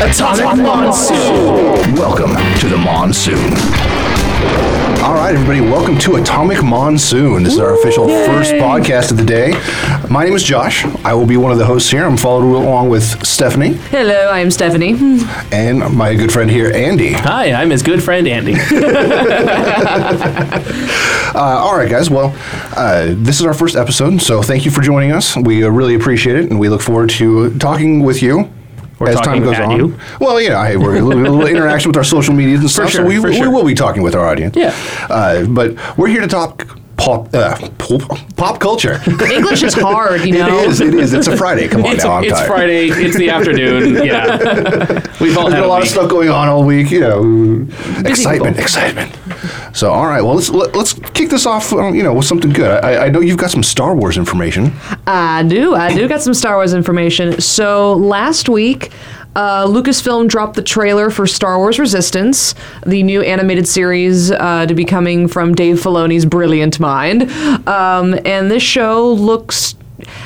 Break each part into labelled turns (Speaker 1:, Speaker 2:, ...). Speaker 1: Atomic Monsoon.
Speaker 2: Welcome to the monsoon. All right, everybody, welcome to Atomic Monsoon. This is our official first podcast of the day. My name is Josh. I will be one of the hosts here. I'm followed along with Stephanie
Speaker 3: Hello, I am Stephanie.
Speaker 2: and my good friend here, Andy. Uh,
Speaker 1: Hi, I'm his good friend Andy.
Speaker 2: Uh, all right, guys. Well, uh, this is our first episode, so thank you for joining us. We uh, really appreciate it, and we look forward to talking with you.
Speaker 1: Or talking at you.
Speaker 2: Well, yeah, hey, we're a little, a little interaction with our social medias and stuff,
Speaker 1: sure,
Speaker 2: so we,
Speaker 1: for
Speaker 2: we
Speaker 1: sure.
Speaker 2: will be talking with our audience.
Speaker 1: Yeah.
Speaker 2: Uh, but we're here to talk pop, uh, pop, pop culture.
Speaker 3: English is hard, you know.
Speaker 2: It is. It is. It's a Friday. Come on
Speaker 1: it's
Speaker 2: now. I'm
Speaker 1: it's
Speaker 2: tired.
Speaker 1: Friday. It's the afternoon. Yeah, we've all
Speaker 2: There's
Speaker 1: had
Speaker 2: been a lot of
Speaker 1: week.
Speaker 2: stuff going on all week. You know, excitement,
Speaker 3: people.
Speaker 2: excitement. So, all right. Well, let's let, let's kick this off. um, You know, with something good. I, I know you've got some Star Wars information.
Speaker 3: I do. I do got some Star Wars information. So last week, uh, Lucasfilm dropped the trailer for Star Wars Resistance, the new animated series uh, to be coming from Dave Filoni's brilliant mind. Um, and this show looks.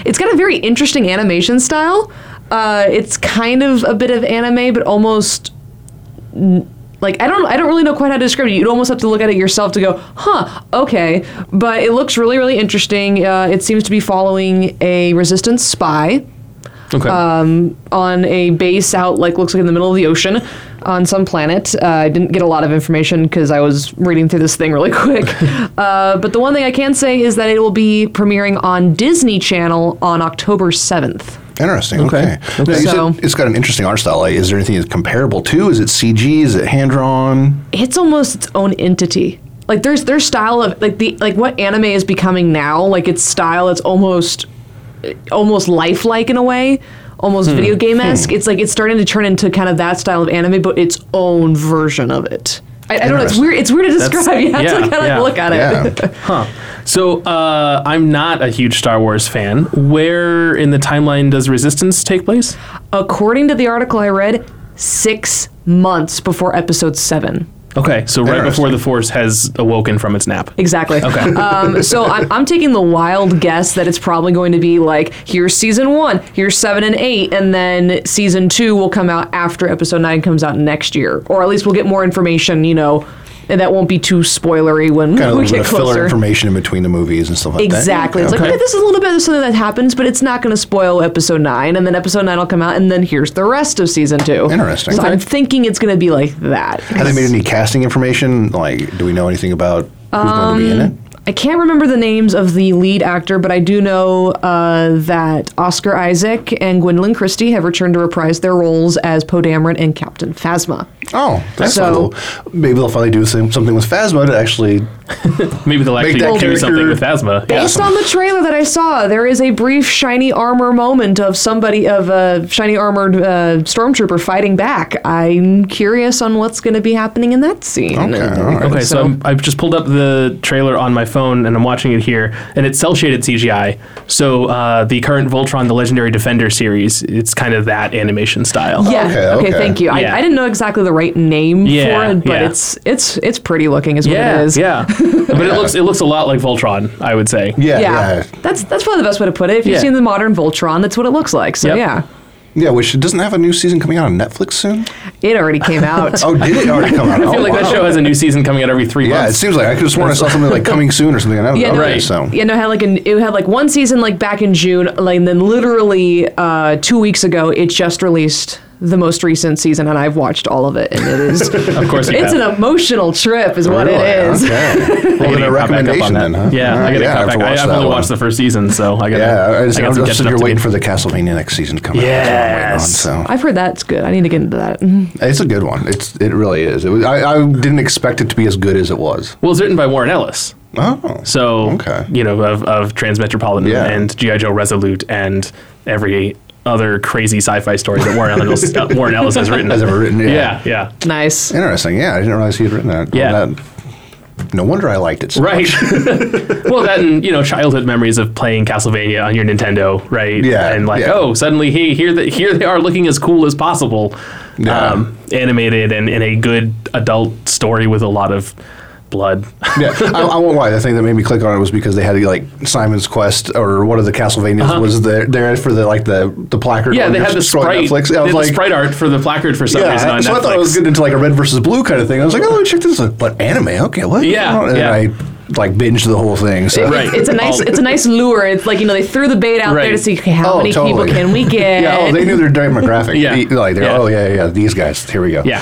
Speaker 3: It's got a very interesting animation style. Uh, it's kind of a bit of anime, but almost like I don't I don't really know quite how to describe it. You'd almost have to look at it yourself to go, huh, okay. But it looks really really interesting. Uh, it seems to be following a resistance spy
Speaker 1: Okay.
Speaker 3: Um, on a base out like looks like in the middle of the ocean on some planet. Uh, I didn't get a lot of information because I was reading through this thing really quick. uh, but the one thing I can say is that it will be premiering on Disney Channel on October seventh.
Speaker 2: Interesting. Okay.
Speaker 1: Okay.
Speaker 2: Now, you
Speaker 3: So-
Speaker 2: said it's got an interesting art style. Like, is there anything that's comparable to? Is it CG? Is it hand drawn?
Speaker 3: it's almost its own entity. Like there's their style of like the like what anime is becoming now. Like its style, it's almost almost lifelike in a way, almost video game esque. It's like it's starting to turn into kind of that style of anime, but its own version of it. I, I don't know. It's
Speaker 2: Interesting.
Speaker 3: weird. It's weird to describe. you have
Speaker 1: yeah,
Speaker 3: to kind of
Speaker 1: yeah,
Speaker 3: look at it.
Speaker 2: Yeah.
Speaker 1: so uh, I'm not a huge Star Wars fan. Where in the timeline does Resistance take place?
Speaker 3: According to the article I read, six months before episode seven.
Speaker 1: Okay, so right before
Speaker 2: Interesting.
Speaker 1: the Force has awoken from its nap.
Speaker 3: Exactly. Okay. Um, so I'm, I'm taking the wild guess that it's probably going to be like here's season one, here's seven and eight, and then season two will come out after episode nine comes out next year, or at least we'll get more information. You know, and that won't be too spoilery when
Speaker 2: Kind of a
Speaker 3: we
Speaker 2: little bit
Speaker 3: get
Speaker 2: of filler
Speaker 3: closer.
Speaker 2: information in between the movies and stuff like that.
Speaker 3: Exactly. It's like,
Speaker 2: Okay.
Speaker 3: okay, this is a little bit of something that happens, but it's not going to spoil episode nine. And then episode nine will come out, and then here's the rest of season two.
Speaker 2: Interesting.
Speaker 3: So
Speaker 2: Okay.
Speaker 3: I'm thinking it's going to be like that.
Speaker 2: Have they made any casting information? Like, do we know anything about who's going to be in it?
Speaker 3: I can't remember the names of the lead actor, but I do know uh, that Oscar Isaac and Gwendolyn Christie have returned to reprise their roles as Poe Dameron and Captain Phasma.
Speaker 2: Oh, that's
Speaker 3: So-
Speaker 2: cool. Maybe they'll finally do some- something with Phasma to actually.
Speaker 1: Maybe they'll actually
Speaker 2: that
Speaker 1: do
Speaker 2: character-
Speaker 1: something with Phasma. Yeah.
Speaker 3: Based on the trailer that I saw, there is a brief shiny armor moment of somebody of a shiny armored uh, stormtrooper fighting back. I'm curious on what's going to be happening in that scene.
Speaker 2: Okay, all right.
Speaker 1: Okay, so,
Speaker 3: So-
Speaker 1: I'm, I've just pulled up the trailer on my phone and I'm watching it here, and it's cell shaded CGI. So uh, the current Voltron, the Legendary Defender series, it's kind of that animation style.
Speaker 3: Yeah.
Speaker 2: Okay,
Speaker 3: Okay.
Speaker 2: okay.
Speaker 3: Thank you.
Speaker 1: Yeah.
Speaker 3: I, I didn't know exactly the right name
Speaker 1: Yeah,
Speaker 3: for it, but
Speaker 1: yeah.
Speaker 3: it's it's it's pretty looking, is what
Speaker 1: yeah,
Speaker 3: it is.
Speaker 1: yeah. but it looks it looks a lot like Voltron, I would say.
Speaker 2: Yeah,
Speaker 3: yeah.
Speaker 2: yeah,
Speaker 3: That's that's probably the best way to put it. If you've
Speaker 1: Yeah.
Speaker 3: seen the modern Voltron, that's what it looks like. So
Speaker 1: Yep.
Speaker 3: yeah.
Speaker 2: yeah. Which doesn't have a new season coming out on Netflix soon.
Speaker 3: It already came out.
Speaker 2: Oh, did it already come out?
Speaker 1: I feel like that show has a new season coming out every three
Speaker 2: Oh, Yeah, it
Speaker 1: months.
Speaker 2: seems like I could have sworn I saw something like coming soon or something. and I don't know.
Speaker 3: no,
Speaker 2: Okay,
Speaker 1: right.
Speaker 2: So
Speaker 3: Yeah, no, it had like an it had like one season like back in June, like and then literally uh, two weeks ago, it just released the most recent season, and I've watched all of it, and it is
Speaker 1: Of course, you
Speaker 3: it's
Speaker 1: have.
Speaker 3: an emotional trip, is what
Speaker 2: Really?
Speaker 3: it is.
Speaker 2: Okay. well,
Speaker 1: I
Speaker 2: then
Speaker 1: gotta
Speaker 2: a
Speaker 1: caught back up on
Speaker 2: recommendation
Speaker 1: that.
Speaker 2: then, huh?
Speaker 1: Yeah,
Speaker 2: All
Speaker 1: I
Speaker 2: right,
Speaker 1: gotta
Speaker 2: yeah, I
Speaker 1: yeah,
Speaker 2: have
Speaker 1: back.
Speaker 2: to
Speaker 1: I,
Speaker 2: watch
Speaker 1: I've only
Speaker 2: that
Speaker 1: watched
Speaker 2: one.
Speaker 1: the first season, so I gotta.
Speaker 2: Yeah, I just,
Speaker 1: I
Speaker 2: I
Speaker 1: got some
Speaker 2: just
Speaker 1: catching up
Speaker 2: you're
Speaker 1: to
Speaker 2: waiting
Speaker 1: do.
Speaker 2: for the Castlevania next season to come out.
Speaker 1: Yes.
Speaker 2: that's what I'm waiting on,
Speaker 3: I've heard that's good. I need to get into that. Mm-hmm.
Speaker 2: so it's a good one. It's it really is. It was, I, I didn't expect it to be as good as it was.
Speaker 1: Well, it's written by Warren Ellis.
Speaker 2: Oh,
Speaker 1: So
Speaker 2: Okay.
Speaker 1: you know of, of Transmetropolitan
Speaker 2: Yeah.
Speaker 1: and GI Joe Resolute and every other crazy sci-fi story that Warren Ellis, uh, Warren Ellis has written.
Speaker 2: has ever written?
Speaker 1: yeah, yeah,
Speaker 3: Nice.
Speaker 2: Interesting. Yeah, I didn't realize he had written that.
Speaker 1: Yeah.
Speaker 2: Well, that- no wonder I liked it. so
Speaker 1: right.
Speaker 2: much.
Speaker 1: well, that and you know childhood memories of playing Castlevania on your Nintendo, right?
Speaker 2: Yeah,
Speaker 1: and like
Speaker 2: yeah.
Speaker 1: oh, suddenly hey, here that here they are looking as cool as possible,
Speaker 2: Yeah.
Speaker 1: um, animated and in a good adult story with a lot of blood.
Speaker 2: Yeah, I, I won't lie. The thing that made me click on it was because they had like Simon's Quest or one of the Castlevanias was there, there for the like the the placard.
Speaker 1: Uh-huh. yeah,
Speaker 2: when
Speaker 1: they
Speaker 2: you're
Speaker 1: had the
Speaker 2: scrolling
Speaker 1: sprite.
Speaker 2: Netflix.
Speaker 1: They
Speaker 2: I was
Speaker 1: had
Speaker 2: like,
Speaker 1: the sprite art for the placard for some
Speaker 2: yeah.
Speaker 1: reason on
Speaker 2: so
Speaker 1: Netflix.
Speaker 2: I thought I was getting into like a red versus blue kind of thing. I was like, oh, check this out. What anime? Okay, what?
Speaker 1: Yeah,
Speaker 2: and
Speaker 1: yeah.
Speaker 2: I like binged the whole thing. So.
Speaker 1: Right.
Speaker 3: It's a nice,
Speaker 1: All-
Speaker 3: it's a nice lure. It's like you know they threw the bait out there to
Speaker 1: Right.
Speaker 3: see okay, how
Speaker 2: Oh,
Speaker 3: many
Speaker 2: totally.
Speaker 3: people can we get.
Speaker 2: Yeah, oh, they knew their demographic.
Speaker 1: Yeah.
Speaker 2: The- like they're
Speaker 1: Yeah.
Speaker 2: oh yeah yeah these guys. Here we go.
Speaker 1: yeah.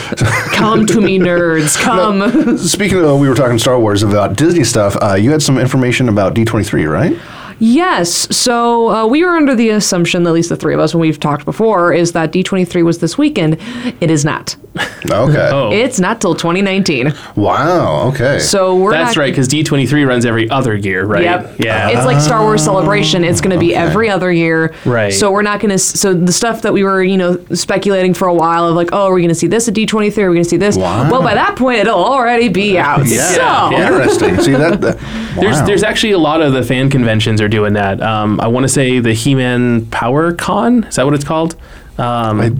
Speaker 3: come to me, nerds, come.
Speaker 2: Speaking of, we were talking Star Wars about Disney stuff. Uh, you had some information about D twenty three, right?
Speaker 3: Yes. So uh, we were under the assumption, at least the three of us, when we've talked before, is that D23 was this weekend. It is not.
Speaker 2: Okay.
Speaker 1: Oh.
Speaker 3: It's not till 2019.
Speaker 2: Wow. Okay.
Speaker 3: So we're
Speaker 1: That's
Speaker 3: not,
Speaker 1: right, because D23 runs every other year, right?
Speaker 3: Yep.
Speaker 1: Yeah.
Speaker 3: It's like Star Wars Celebration. It's going to be every other year.
Speaker 1: Right.
Speaker 3: So we're not going to. So the stuff that we were, you know, speculating for a while of like, oh, are we going to see this at D23? Are we going to see this?
Speaker 2: Wow.
Speaker 3: Well, by that point, it'll already be out.
Speaker 1: Yeah.
Speaker 3: So.
Speaker 1: Yeah.
Speaker 2: Oh, Interesting. See that? that
Speaker 1: There's
Speaker 2: wow.
Speaker 1: there's actually a lot of the fan conventions are doing that. Um, I want to say the He-Man Power Con is that what it's called? Um,
Speaker 2: I-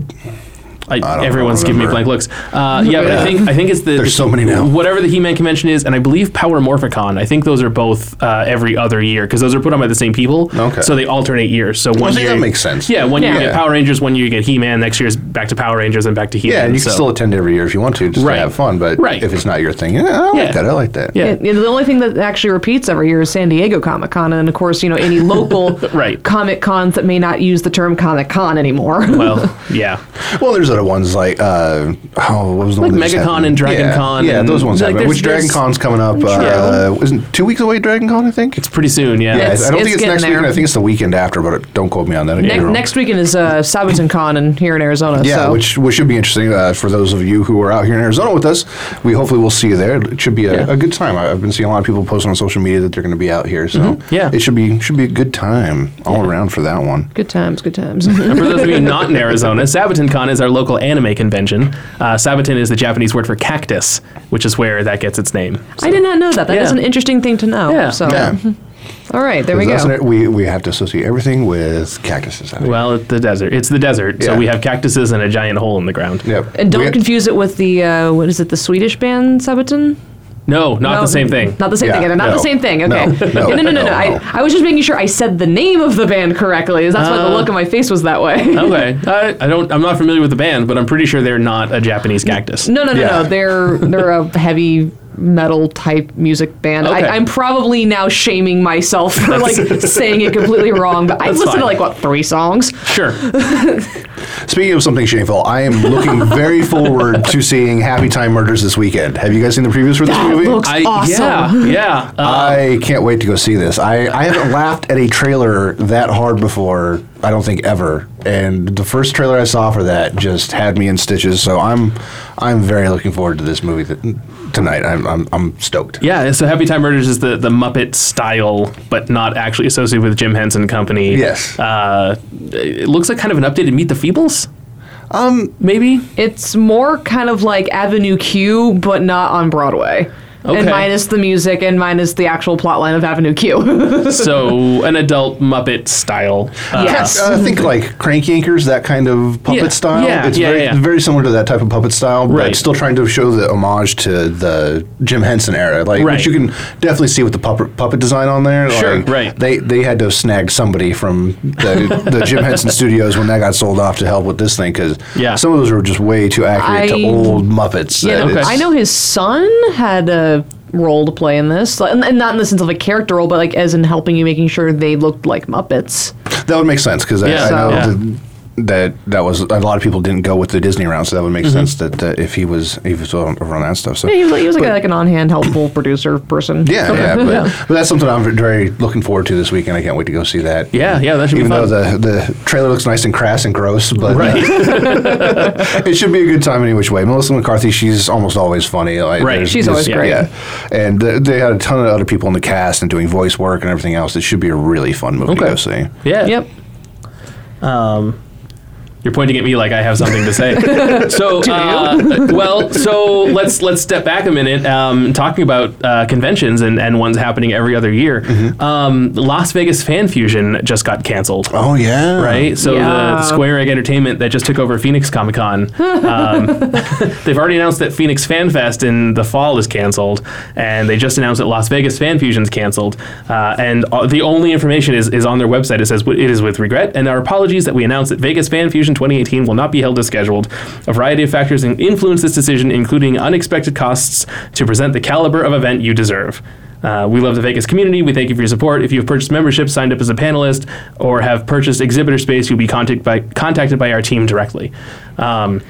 Speaker 1: I-
Speaker 2: don't
Speaker 1: everyone's giving me
Speaker 2: remember.
Speaker 1: blank looks. Uh, yeah, but
Speaker 2: Yeah.
Speaker 1: I think I think it's the
Speaker 2: There's so many now.
Speaker 1: Whatever the He-Man convention is, and I believe Power Morphicon. I think those are both uh, every other year because those are put on by the same people.
Speaker 2: Okay.
Speaker 1: So they alternate years. So one
Speaker 2: I think
Speaker 1: year
Speaker 2: that makes sense.
Speaker 1: Yeah, one year you
Speaker 2: Yeah.
Speaker 1: get Power Rangers, one year you get He-Man, next year's back to Power Rangers and back to He-Man.
Speaker 2: Yeah, and you
Speaker 1: so.
Speaker 2: can still attend every year if you want to, just
Speaker 1: Right.
Speaker 2: to have fun. But
Speaker 1: Right.
Speaker 2: if it's not your thing, yeah, I like
Speaker 1: Yeah.
Speaker 2: that. I like that.
Speaker 1: yeah.
Speaker 3: And- and the only thing that actually repeats every year is San Diego Comic Con, and of course, you know, any local
Speaker 1: Right.
Speaker 3: comic cons that may not use the term Comic Con anymore.
Speaker 1: Well, yeah.
Speaker 2: Well, there's other ones like uh, oh, what was the
Speaker 1: Like
Speaker 2: one that just
Speaker 1: MegaCon
Speaker 2: happened?
Speaker 1: and Dragon
Speaker 2: yeah.
Speaker 1: Con
Speaker 2: Yeah,
Speaker 1: and-
Speaker 2: those ones
Speaker 1: like,
Speaker 2: happen.
Speaker 1: there's-
Speaker 2: Which Dragon
Speaker 1: there's-
Speaker 2: Con's coming up? Uh, isn't two weeks away? Dragon Con, I think.
Speaker 1: It's pretty soon, yeah.
Speaker 2: yeah,
Speaker 3: It's-
Speaker 2: I don't think it's
Speaker 3: it's
Speaker 2: next
Speaker 3: getting
Speaker 2: weekend.
Speaker 3: there.
Speaker 2: I think it's the weekend after. But don't quote me on that. I could be
Speaker 3: Ne-
Speaker 2: wrong.
Speaker 3: next weekend is uh, Sabaton Con in, here in Arizona.
Speaker 2: Yeah,
Speaker 3: so.
Speaker 2: which which should be interesting uh, for those of you who are out here in Arizona with us. We hopefully will see you there. It should be a,
Speaker 1: Yeah.
Speaker 2: a good time. I- I've been seeing a lot of people posting on social media that they're going to be out here, so
Speaker 3: Mm-hmm.
Speaker 1: Yeah.
Speaker 2: it should be should be a good time all around for that one.
Speaker 3: Good times, good times.
Speaker 1: And for those of you not in Arizona, SabatonCon is our local anime convention. Uh, Sabaton is the Japanese word for cactus, which is where that gets its name.
Speaker 3: I did not know that. That is
Speaker 1: Yeah.
Speaker 3: an interesting thing to know.
Speaker 1: Yeah.
Speaker 3: So,
Speaker 2: Yeah,
Speaker 3: all right, Mm-hmm. there we
Speaker 2: That's
Speaker 3: go.
Speaker 2: it. we we have to associate everything with cactuses. I think.
Speaker 1: Well, it's the desert. It's the desert, so
Speaker 2: Yeah.
Speaker 1: we have cactuses and a giant hole in the ground.
Speaker 2: yep.
Speaker 3: And uh, don't
Speaker 2: We-
Speaker 3: confuse it with the uh, what is it? The Swedish band Sabaton?
Speaker 1: No, not
Speaker 3: No,
Speaker 1: the same thing.
Speaker 3: Not the same
Speaker 2: Yeah,
Speaker 3: thing. They're not
Speaker 2: no.
Speaker 3: the same thing.
Speaker 2: No,
Speaker 3: Okay.
Speaker 2: no,
Speaker 3: no, no, no. no,
Speaker 2: no, no.
Speaker 3: I, I was just making sure I said the name of the band correctly. That's why
Speaker 1: Uh,
Speaker 3: the look on my face was that way.
Speaker 1: okay, I, I don't. I'm not familiar with the band, but I'm pretty sure they're not a Japanese cactus.
Speaker 3: No, no, no,
Speaker 2: Yeah.
Speaker 3: no. They're they're a heavy metal type music band.
Speaker 1: Okay.
Speaker 3: I, I'm probably now shaming myself for like saying it completely wrong, but I've
Speaker 1: That's
Speaker 3: listened to
Speaker 1: fine.
Speaker 3: like what three songs.
Speaker 1: Sure.
Speaker 2: Speaking of something shameful, I am looking very forward to seeing Happy Time Murders this weekend. Have you guys seen the previews for this
Speaker 3: That
Speaker 2: movie?
Speaker 3: looks
Speaker 1: I,
Speaker 3: awesome.
Speaker 1: Yeah, yeah. Uh,
Speaker 2: I can't wait to go see this. I, I haven't laughed at a trailer that hard before, I don't think ever. And the first trailer I saw for that just had me in stitches. So I'm I'm very looking forward to this movie th- tonight. I'm, I'm, I'm stoked.
Speaker 1: yeah, so Happy Time Murders is the, the Muppet style, but not actually associated with Jim Henson Company.
Speaker 2: Yes.
Speaker 1: Uh, it looks like kind of an updated Meet the Feebles,
Speaker 2: Um,
Speaker 1: maybe?
Speaker 3: It's more kind of like Avenue Q, but not on Broadway. And
Speaker 1: Okay.
Speaker 3: minus the music and minus the actual plot line of Avenue Q.
Speaker 1: so an adult Muppet style. Uh,
Speaker 3: yes.
Speaker 2: I think like Crank Yankers, that kind of puppet
Speaker 1: Yeah.
Speaker 2: style.
Speaker 1: Yeah,
Speaker 2: it's
Speaker 1: yeah,
Speaker 2: very,
Speaker 1: yeah.
Speaker 2: very similar to that type of puppet style, but
Speaker 1: Right.
Speaker 2: still trying to show the homage to the Jim Henson era. Like,
Speaker 1: Right.
Speaker 2: which you can definitely see with the puppet, puppet design on there.
Speaker 1: Sure,
Speaker 2: like,
Speaker 1: right.
Speaker 2: They they had to snag somebody from the, the Jim Henson Studios when that got sold off to help with this thing because
Speaker 1: Yeah.
Speaker 2: some of those were just way too accurate
Speaker 3: I-
Speaker 2: to old Muppets.
Speaker 3: You
Speaker 2: that
Speaker 3: know,
Speaker 2: it's-
Speaker 3: I know his son had a role to play in this, like, and, and not in the sense of a character role, but like as in helping you, making sure they looked like Muppets.
Speaker 2: that would make sense because
Speaker 1: Yeah,
Speaker 2: I,
Speaker 1: so-
Speaker 2: know
Speaker 1: Yeah.
Speaker 2: that- that that was a lot of people didn't go with the Disney route, so that would make
Speaker 1: Mm-hmm.
Speaker 2: sense that uh, if he was if he was over on that stuff. So
Speaker 3: Yeah, he was, he was like, a, like an on-hand, helpful producer person.
Speaker 2: Yeah, yeah, but, but that's something I'm very looking forward to this weekend. I can't wait to go see that.
Speaker 1: Yeah, yeah, that should be
Speaker 2: Even
Speaker 1: fun.
Speaker 2: though the the trailer looks nice and crass and gross, but it should be a good time any which way. Melissa McCarthy, she's almost always funny. Like,
Speaker 1: Right,
Speaker 2: there's
Speaker 1: she's
Speaker 3: always
Speaker 2: yeah.
Speaker 3: great.
Speaker 2: Yeah, and uh, they had a ton of other people in the cast and doing voice work and everything else. It should be a really fun movie to
Speaker 1: Okay.
Speaker 2: go see.
Speaker 1: yeah.
Speaker 3: Yep.
Speaker 1: You're pointing at me like I have something to say. so, uh, well, so let's let's step back a minute. Um, talking about uh, conventions and, and ones happening every other year. Um, Las Vegas Fan Fusion just got canceled.
Speaker 2: Oh yeah.
Speaker 1: Right, so the,
Speaker 3: Yeah.
Speaker 1: the Square Egg Entertainment that just took over Phoenix Comic Con, um, they've already announced that Phoenix Fan Fest in the fall is canceled, and they just announced that Las Vegas Fan Fusion's canceled. Uh, and uh, the only information is, is on their website. It says it is with regret and our apologies that we announce that Vegas Fan Fusion 2018 will not be held as scheduled. A variety of factors in- influence this decision, including unexpected costs to present the caliber of event you deserve. Uh, we love the Vegas community. We thank you for your support. If you have purchased membership, signed up as a panelist, or have purchased exhibitor space, you'll be contact by, contacted by our team directly. Um,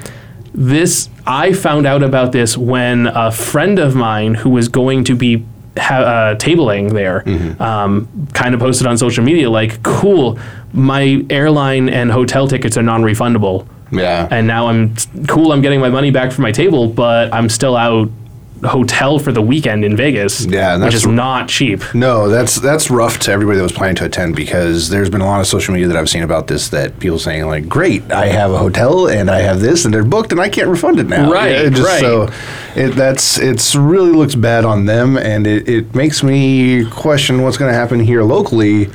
Speaker 1: this I found out about this when a friend of mine who was going to be ha- uh, tabling there
Speaker 2: Mm-hmm.
Speaker 1: um, kind of posted on social media like, "Cool, my airline and hotel tickets are non-refundable."
Speaker 2: Yeah.
Speaker 1: and now I'm cool. I'm getting my money back for my table, but I'm still out hotel for the weekend in Vegas.
Speaker 2: Yeah, and
Speaker 1: which
Speaker 2: that's-
Speaker 1: is not cheap.
Speaker 2: No, that's that's rough to everybody that was planning to attend because there's been a lot of social media that I've seen about this that people saying like, "Great, I have a hotel and I have this and they're booked and I can't refund it now."
Speaker 1: Right,
Speaker 2: Yeah,
Speaker 1: right.
Speaker 2: So it that's it's really looks bad on them and it, it makes me question what's going to happen here locally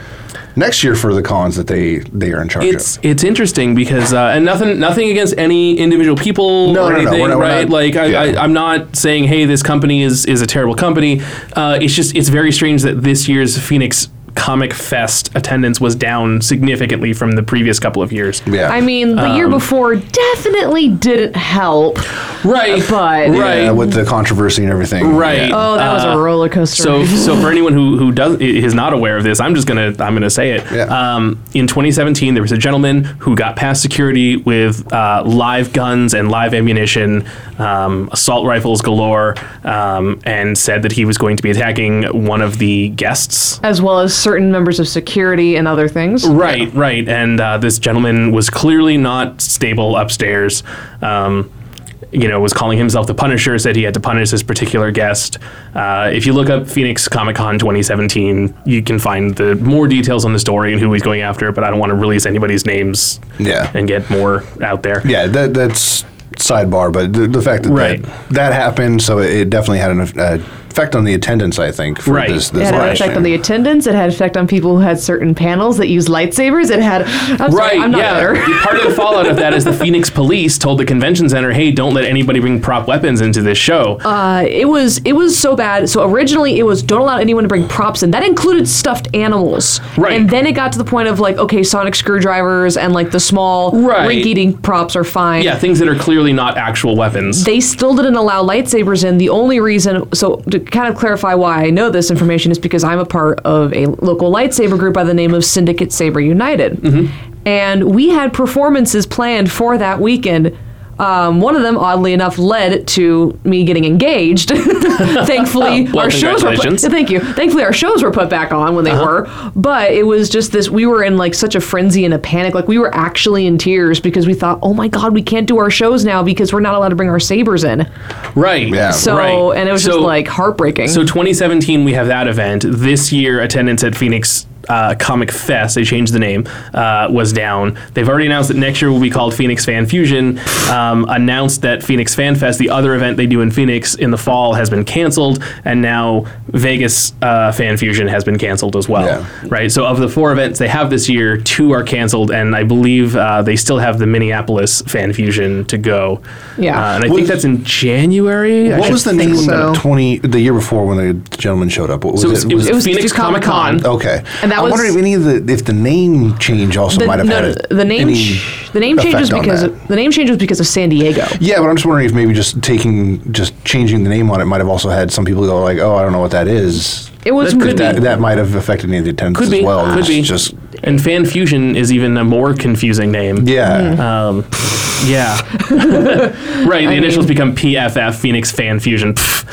Speaker 2: next year for the cons that they they are in charge
Speaker 1: It's
Speaker 2: of.
Speaker 1: it's interesting because uh, and nothing nothing against any individual people
Speaker 2: No,
Speaker 1: or
Speaker 2: no, no, we're
Speaker 1: anything,
Speaker 2: not- we're
Speaker 1: right?
Speaker 2: not-
Speaker 1: like I,
Speaker 2: yeah.
Speaker 1: I, I'm not saying hey this company is is a terrible company. Uh, it's just it's very strange that this year's Phoenix Comic Fest attendance was down significantly from the previous couple of years.
Speaker 2: Yeah.
Speaker 3: I mean, the
Speaker 1: Um,
Speaker 3: year before definitely didn't help.
Speaker 1: Right,
Speaker 3: But-
Speaker 1: right,
Speaker 2: Yeah, with the controversy and everything.
Speaker 1: right.
Speaker 2: Yeah.
Speaker 3: Oh, that was a roller coaster.
Speaker 1: So, so for anyone who who does is not aware of this, I'm just gonna I'm gonna say it.
Speaker 2: Yeah.
Speaker 1: Um, in 2017, there was a gentleman who got past security with uh, live guns and live ammunition, um, assault rifles galore, um, and said that he was going to be attacking one of the guests.
Speaker 3: as well as certain members of security and other things.
Speaker 1: Right, right. And uh, this gentleman was clearly not stable upstairs. Um, you know, was calling himself the Punisher, said he had to punish this particular guest. Uh, if you look up Phoenix Comic Con 2017, you can find the more details on the story and who he's going after. But I don't want to release anybody's names
Speaker 2: Yeah.
Speaker 1: and get more out there.
Speaker 2: Yeah, that that's sidebar, but the, the fact that,
Speaker 1: Right.
Speaker 2: that that happened, so it, it definitely had an eff- uh, effect on the attendance. I think for
Speaker 1: Right.
Speaker 2: this,
Speaker 3: It
Speaker 2: this
Speaker 3: had an
Speaker 2: last
Speaker 3: effect
Speaker 2: year.
Speaker 3: on the attendance. It had effect on people who had certain panels that used lightsabers. It had. I'm
Speaker 1: Right,
Speaker 3: sorry, I'm not
Speaker 1: yeah.
Speaker 3: better.
Speaker 1: Part of the fallout of that is the Phoenix police told the convention center, hey, don't let anybody bring prop weapons into this show.
Speaker 3: Uh, it was it was so bad. So originally it was don't allow anyone to bring props in. That included stuffed animals.
Speaker 1: Right.
Speaker 3: And then it got to the point of like okay, sonic screwdrivers and like the small
Speaker 1: Right.
Speaker 3: rink-eating props are fine.
Speaker 1: yeah, things that are clearly not actual weapons.
Speaker 3: They still didn't allow lightsabers in. The only reason, so to kind of clarify why I know this information is because I'm a part of a local lightsaber group by the name of Syndicate Saber United.
Speaker 1: Mm-hmm.
Speaker 3: And we had performances planned for that weekend. Um, one of them, oddly enough, led to me getting engaged. Thankfully,
Speaker 1: Well,
Speaker 3: our shows were put,
Speaker 1: congratulations.
Speaker 3: thank you. Thankfully, our shows were put back on when
Speaker 1: Uh-huh.
Speaker 3: they were. But it was just this. We were in like such a frenzy and a panic. Like we were actually in tears because we thought, oh my god, we can't do our shows now because we're not allowed to bring our sabers in.
Speaker 1: Right.
Speaker 2: Yeah.
Speaker 3: So
Speaker 1: Right.
Speaker 3: and it was
Speaker 1: So-
Speaker 3: just like heartbreaking.
Speaker 1: So 2017, we have that event. This year, attendance at Phoenix uh, Comic Fest, they changed the name, uh, was down. They've already announced that next year will be called Phoenix Fan Fusion. Um, announced that Phoenix Fan Fest, the other event they do in Phoenix in the fall, has been canceled, and now Vegas uh, Fan Fusion has been canceled as well.
Speaker 2: Yeah.
Speaker 1: Right. So of the four events they have this year, two are canceled, and I believe uh, they still have the Minneapolis Fan Fusion to go.
Speaker 3: Yeah.
Speaker 1: Uh, and I
Speaker 2: What-
Speaker 1: think that's in January. I
Speaker 2: What
Speaker 1: should
Speaker 2: was the name
Speaker 1: think
Speaker 2: of
Speaker 3: so.
Speaker 2: the twenty the year before when the gentleman showed up? What was
Speaker 1: So
Speaker 2: it?
Speaker 1: it, was,
Speaker 3: it was
Speaker 1: Phoenix
Speaker 3: just
Speaker 1: Comic
Speaker 3: Comic-Con.
Speaker 1: Con.
Speaker 2: okay.
Speaker 3: And that
Speaker 2: I'm
Speaker 3: was-
Speaker 2: wondering if any of the if the name change also
Speaker 3: the,
Speaker 2: might have
Speaker 3: no,
Speaker 2: had
Speaker 3: no,
Speaker 2: a-
Speaker 3: the name
Speaker 2: any
Speaker 3: ch- the name
Speaker 2: effect
Speaker 3: changes
Speaker 2: on
Speaker 3: because
Speaker 2: that.
Speaker 3: of, the name changes because of San Diego.
Speaker 2: Yeah, but I'm just wondering if maybe just taking just changing the name on it might have also had some people go like, "Oh, I don't know what that is."
Speaker 3: It was
Speaker 1: That could
Speaker 3: really-
Speaker 1: be.
Speaker 2: That, that might have affected any of the attendance
Speaker 1: Could
Speaker 2: as
Speaker 1: be.
Speaker 2: well.
Speaker 1: could
Speaker 2: It's
Speaker 1: be.
Speaker 2: Just
Speaker 3: Hmm.
Speaker 1: and Fan Fusion is even a more confusing name.
Speaker 2: yeah.
Speaker 1: Um, Yeah. right. The initials become PFF, Phoenix Fan Fusion. Pff.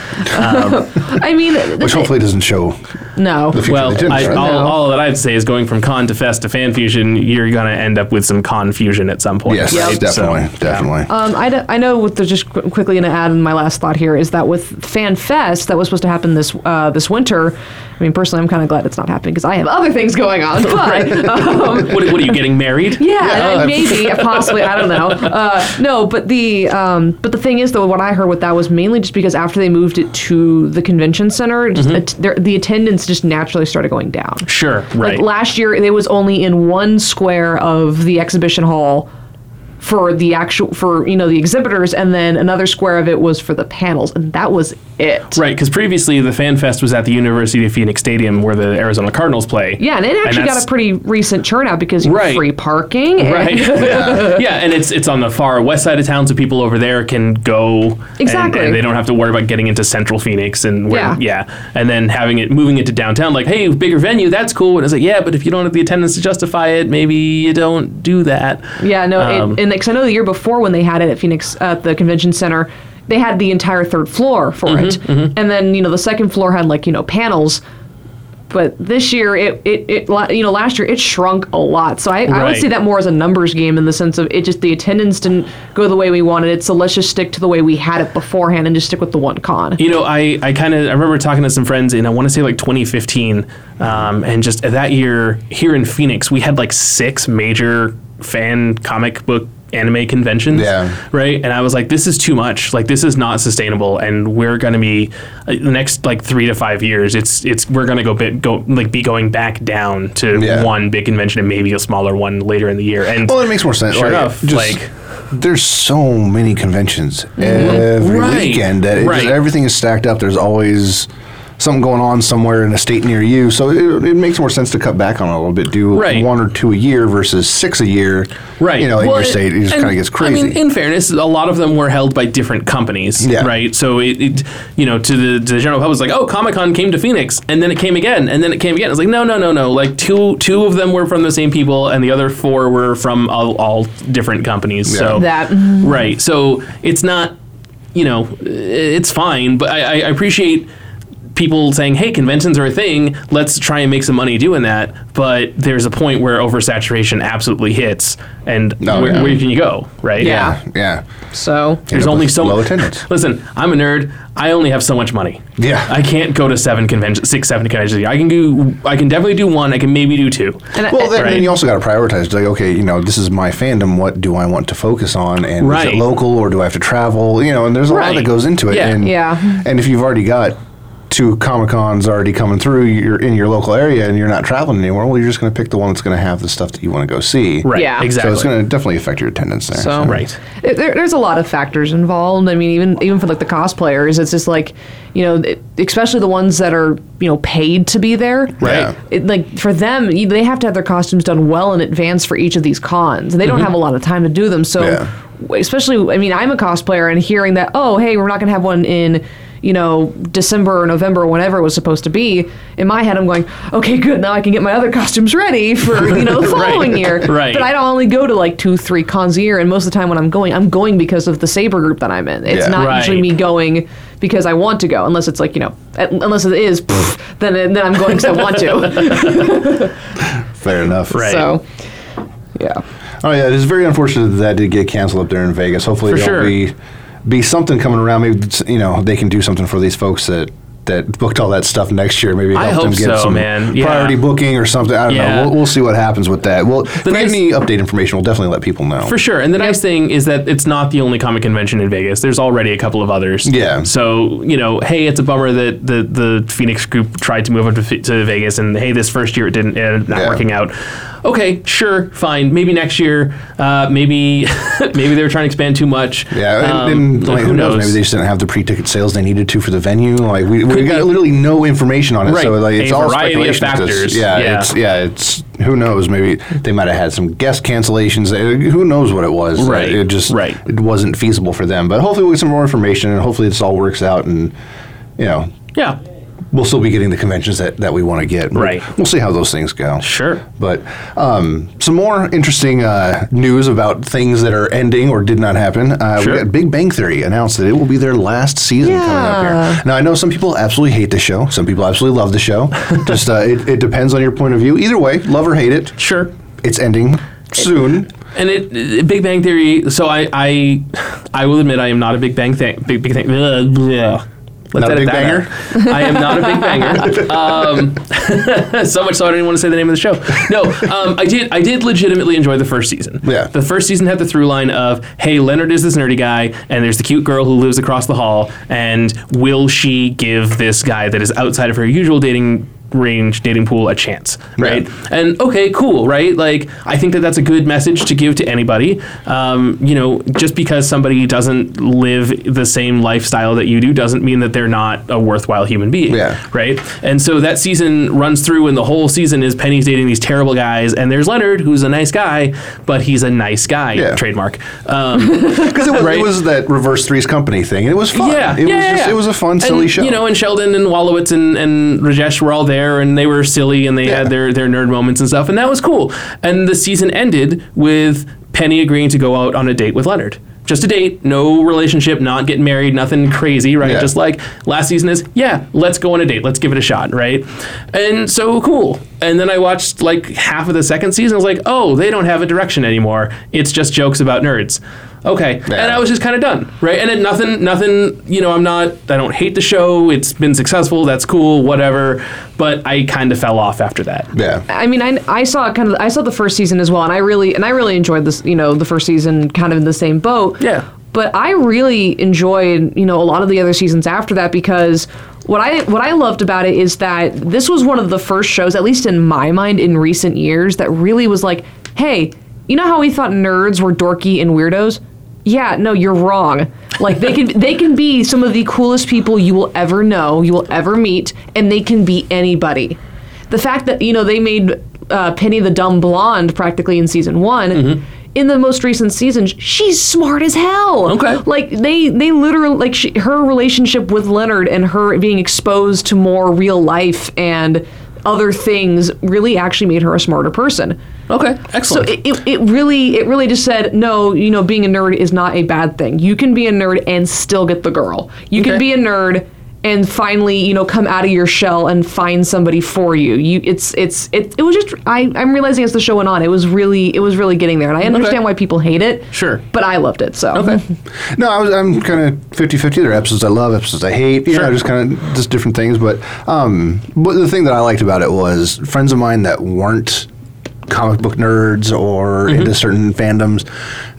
Speaker 3: I mean,
Speaker 2: Which hopefully doesn't show
Speaker 3: no.
Speaker 2: the future
Speaker 1: Well,
Speaker 2: of the
Speaker 1: I,
Speaker 2: right?
Speaker 1: all,
Speaker 3: No.
Speaker 1: all that I'd say is going from con to fest to fan fusion, you're going to end up with some confusion at some point.
Speaker 2: yes,
Speaker 1: right?
Speaker 2: definitely,
Speaker 1: So, yeah.
Speaker 2: definitely.
Speaker 3: Um, I, d- I know with the, just qu- quickly going to add in my last thought here is that with Fan Fest that was supposed to happen this uh, this winter. I mean, personally, I'm kind of glad it's not happening because I have other things going on. But um,
Speaker 1: What, what are you getting married?
Speaker 3: yeah,
Speaker 2: Yeah.
Speaker 3: uh, maybe, possibly, I don't know. Uh, no, but the um, but the thing is though, what I heard with that was mainly just because after they moved it to the convention center, just at- their, the attendance just naturally started going down.
Speaker 1: Sure. Right.
Speaker 3: Like last year, it was only in one square of the exhibition hall for the actual for you know the exhibitors, and then another square of it was for the panels, and that was it.
Speaker 1: Right, because previously the Fan Fest was at the University of Phoenix Stadium where the Arizona Cardinals play.
Speaker 3: Yeah, and it actually got
Speaker 1: that's-
Speaker 3: a pretty recent turnout because you
Speaker 1: Right.
Speaker 3: have free parking. and-
Speaker 1: Right. yeah. and it's it's on the far west side of town, so people over there can go and-
Speaker 3: Exactly.
Speaker 1: and, they don't have to worry about getting into Central Phoenix and where,
Speaker 3: Yeah.
Speaker 1: yeah. and then having it moving it to downtown. Like, hey, bigger venue, that's cool. And it's like, yeah, but if you don't have the attendance to justify it, maybe you don't do that.
Speaker 3: Yeah, no,
Speaker 1: Um,
Speaker 3: it, and because I know the year before when they had it at Phoenix at the convention center, they had the entire third floor for
Speaker 1: Mm-hmm,
Speaker 3: it, and then you know the second floor had like you know panels. But this year, it, it, it la- you know last year it shrunk a lot. So I, I would
Speaker 1: Right.
Speaker 3: see that more as a numbers game in the sense of it just the attendance didn't go the way we wanted it. So let's just stick to the way we had it beforehand and just stick with the one con.
Speaker 1: You know, I, I kind of I remember talking to some friends in I want to say like 2015, um, and just that year here in Phoenix we had like six major fan comic book anime conventions.
Speaker 2: Yeah.
Speaker 1: Right, and I was like, this is too much. Like this is not sustainable, and we're gonna be uh, the next like three to five years. It's it's we're gonna go bit go like be going back down to
Speaker 2: Yeah.
Speaker 1: one big convention and maybe a smaller one later in the year. And
Speaker 2: well, it makes more sense.
Speaker 1: Sure
Speaker 2: like,
Speaker 1: enough,
Speaker 2: just-
Speaker 1: like
Speaker 2: there's so many conventions every
Speaker 1: Right,
Speaker 2: weekend that it
Speaker 1: right.
Speaker 2: just, everything is stacked up. There's always something going on somewhere in a state near you, so it, it makes more sense to cut back on it a little bit. Do
Speaker 1: Right.
Speaker 2: one or two a year versus six a year.
Speaker 1: Right.
Speaker 2: You know, in
Speaker 1: Well,
Speaker 2: your state, it just
Speaker 1: and-
Speaker 2: kind of gets crazy.
Speaker 1: I mean, in fairness, a lot of them were held by different companies,
Speaker 2: Yeah.
Speaker 1: right? So it, it, you know, to the, to the general public, it's like, oh, Comic Con came to Phoenix, and then it came again, and then it came again. It's like, no, no, no, no. Like two, two of them were from the same people, and the other four were from all, all different companies. So
Speaker 3: That-
Speaker 1: right. So it's not, you know, i- it's fine, but I, I appreciate people saying, "Hey, conventions are a thing. Let's try and make some money doing that." But there's a point where oversaturation absolutely hits, and
Speaker 2: No,
Speaker 1: where,
Speaker 2: Oh, yeah.
Speaker 1: where can you go, right?
Speaker 3: Yeah.
Speaker 2: yeah. Yeah.
Speaker 3: So
Speaker 2: End
Speaker 1: There's
Speaker 2: up
Speaker 1: only
Speaker 2: with
Speaker 1: so
Speaker 2: low attendance.
Speaker 1: Listen, I'm a nerd. I only have so much money.
Speaker 2: Yeah.
Speaker 1: I can't go to seven conventions, six, seven conventions. a year. I can do. I can definitely do one. I can maybe do two.
Speaker 3: and I-
Speaker 2: Well, then,
Speaker 1: Right.
Speaker 2: then you also got to prioritize. Like, okay, you know, this is my fandom. What do I want to focus on? And is
Speaker 1: Right.
Speaker 2: it local or do I have to travel? You know, and there's a lot
Speaker 1: Right.
Speaker 2: that goes into it.
Speaker 1: Yeah.
Speaker 2: And,
Speaker 3: Yeah.
Speaker 2: And if you've already got two Comic Cons already coming through, you're in your local area and you're not traveling anywhere. Well, you're just going to pick the one that's going to have the stuff that you want to go see.
Speaker 1: Right.
Speaker 3: Yeah. So it's
Speaker 2: So
Speaker 1: Exactly.
Speaker 2: it's going to definitely affect your attendance there.
Speaker 3: So-
Speaker 1: right.
Speaker 3: It- There, there's a lot of factors involved. I mean, even even for like the cosplayers, it's just like you know, it- especially the ones that are you know paid to be there.
Speaker 1: Right.
Speaker 2: Yeah.
Speaker 3: It, like for them, you- they have to have their costumes done well in advance for each of these cons, and they don't have a lot of time to do them. So,
Speaker 2: Yeah.
Speaker 3: especially, I mean, I'm a cosplayer, and hearing that, oh, hey, we're not going to have one in. You know, December or November, or whenever it was supposed to be. In my head, I'm going, okay, good. Now I can get my other costumes ready for you know the following year.
Speaker 1: Right.
Speaker 3: But I don't only go to like two, three cons a year, and most of the time when I'm going, I'm going because of the saber group that I'm in. It's
Speaker 2: Yeah.
Speaker 3: not
Speaker 1: Right.
Speaker 3: usually me going because I want to go, unless it's like you know, at- unless it is, pff, then then I'm going because I want to.
Speaker 2: Fair enough.
Speaker 1: Right.
Speaker 3: So, yeah.
Speaker 2: Oh yeah, it is very unfortunate that that did get canceled up there in Vegas. Hopefully
Speaker 1: For
Speaker 2: there'll
Speaker 1: sure.
Speaker 2: be be something coming around. Maybe it's- you know they can do something for these folks that that booked all that stuff next year. Maybe
Speaker 1: I
Speaker 2: help them
Speaker 1: hope
Speaker 2: get
Speaker 1: so,
Speaker 2: some
Speaker 1: man. Yeah.
Speaker 2: priority booking or something. I don't
Speaker 1: Yeah.
Speaker 2: know. We'll, we'll see what happens with that. Well, if we get
Speaker 1: nice-
Speaker 2: any update information, we'll definitely let people know.
Speaker 1: For sure. And the nice thing is that it's not the only comic convention in Vegas. There's already a couple of others.
Speaker 2: Yeah.
Speaker 1: So, you know, hey, it's a bummer that the, the Phoenix group tried to move up to, Ph- to Vegas and hey, this first year it didn't end up not
Speaker 2: Yeah.
Speaker 1: working out. Okay, sure, fine. Maybe next year. Uh, maybe maybe they were trying to expand too much.
Speaker 2: Yeah,
Speaker 1: Um,
Speaker 2: and, and
Speaker 1: like,
Speaker 2: like, who knows? Maybe they just didn't have the pre-ticket sales they needed to for the venue. Like we, we
Speaker 1: Could
Speaker 2: got
Speaker 1: be.
Speaker 2: literally no information on it, so
Speaker 1: Right.
Speaker 2: like it's
Speaker 1: A
Speaker 2: all
Speaker 1: variety of
Speaker 2: speculation. at this-
Speaker 1: factors.
Speaker 2: Yeah,
Speaker 1: Yeah.
Speaker 2: it's yeah, it's who knows? Maybe they might have had some guest cancellations. Uh, Who knows what it was? Uh,
Speaker 1: Right.
Speaker 2: It just
Speaker 1: Right.
Speaker 2: It wasn't feasible for them. But hopefully we'll get some more information, and hopefully this all works out. And you know,
Speaker 1: yeah.
Speaker 2: we'll still be getting the conventions that, that we want to get.
Speaker 1: Right.
Speaker 2: We'll see how those things go.
Speaker 1: Sure.
Speaker 2: But um, some more interesting uh, news about things that are ending or did not happen. Uh,
Speaker 1: Sure.
Speaker 2: We got Big Bang Theory announced that it will be their last season coming up
Speaker 3: Yeah.
Speaker 2: here. Now I know some people absolutely hate the show. Some people absolutely love the show. Just uh, it, it depends on your point of view. Either way, love or hate it,
Speaker 1: Sure.
Speaker 2: it's ending soon.
Speaker 1: And it, it- Big Bang Theory. So I, I, I will admit I am not a Big Bang thing. Big Big thing. Blah, blah. Let's
Speaker 2: Not a
Speaker 1: edit
Speaker 2: Big
Speaker 1: that
Speaker 2: Banger?
Speaker 1: out. I am not a Big Banger. Um, so much so I don't even want to say the name of the show. No, um, I did. I did legitimately enjoy the first season.
Speaker 2: Yeah.
Speaker 1: The first season had the through line of, hey, Leonard is this nerdy guy, and there's the cute girl who lives across the hall, and will she give this guy that is outside of her usual dating range dating pool a chance right and okay cool right like i think that that's a good message to give to anybody um, you know just because somebody doesn't live the same lifestyle that you do doesn't mean that they're not a worthwhile human being
Speaker 2: Yeah.
Speaker 1: right and so that season runs through and the whole season is penny's dating these terrible guys and there's leonard who's a nice guy but he's a nice guy
Speaker 2: Yeah.
Speaker 1: trademark um,
Speaker 2: Because it, was-
Speaker 1: Right.
Speaker 2: it was that reverse threes company thing, and it was fun.
Speaker 1: yeah
Speaker 2: it
Speaker 1: yeah,
Speaker 2: was
Speaker 1: yeah,
Speaker 2: just
Speaker 1: yeah.
Speaker 2: it was a fun,
Speaker 1: And,
Speaker 2: silly show.
Speaker 1: you know and sheldon and wallowitz and, and rajesh were all there and they were silly and they
Speaker 2: Yeah.
Speaker 1: had their, their nerd moments and stuff and that was cool and the season ended with penny agreeing to go out on a date with leonard just a date, no relationship, not getting married, nothing crazy, right?
Speaker 2: Yeah.
Speaker 1: Just like last season is, yeah, let's go on a date, let's give it a shot, right? And so cool. And then I watched like half of the second season. I was like, oh, they don't have a direction anymore. It's just jokes about nerds. Okay, and
Speaker 2: Yeah.
Speaker 1: I was just kind of done, right? And it, nothing, nothing. You know, I'm not. I don't hate the show. It's been successful. That's cool. Whatever. But I kind of fell off after that.
Speaker 2: yeah,
Speaker 3: I mean, I, I saw kind of I saw the first season as well, and I really and I really enjoyed this. You know, the first season kind of in the same boat.
Speaker 1: Yeah.
Speaker 3: But I really enjoyed you know a lot of the other seasons after that because what I what I loved about it is that this was one of the first shows, at least in my mind, in recent years, that really was like, hey, you know how we thought nerds were dorky and weirdos. Yeah, no, you're wrong. Like they can they can be some of the coolest people you will ever know, you will ever meet, and they can be anybody the fact that you know they made uh, Penny the dumb blonde practically in season one. In the most recent season, sh- she's smart as hell.
Speaker 1: Okay.
Speaker 3: like they they literally like she, her relationship with Leonard and her being exposed to more real life and other things really actually made her a smarter person.
Speaker 1: Okay, excellent.
Speaker 3: So it, it, it really it really just said no you know being a nerd is not a bad thing you can be a nerd and still get the girl you
Speaker 1: Okay.
Speaker 3: can be a nerd and finally you know come out of your shell and find somebody for you you it's it's it, it was just I, I'm realizing as the show went on it was really it was really getting there and I understand why people hate it
Speaker 1: Sure.
Speaker 3: but I loved it so
Speaker 1: okay,
Speaker 2: no, I was, I'm kind of 50-50. There are episodes I love, episodes I hate. You
Speaker 1: Sure.
Speaker 2: know, just kind of just different things. But um, but the thing that I liked about it was friends of mine that weren't comic book nerds or
Speaker 1: Mm-hmm.
Speaker 2: into certain fandoms,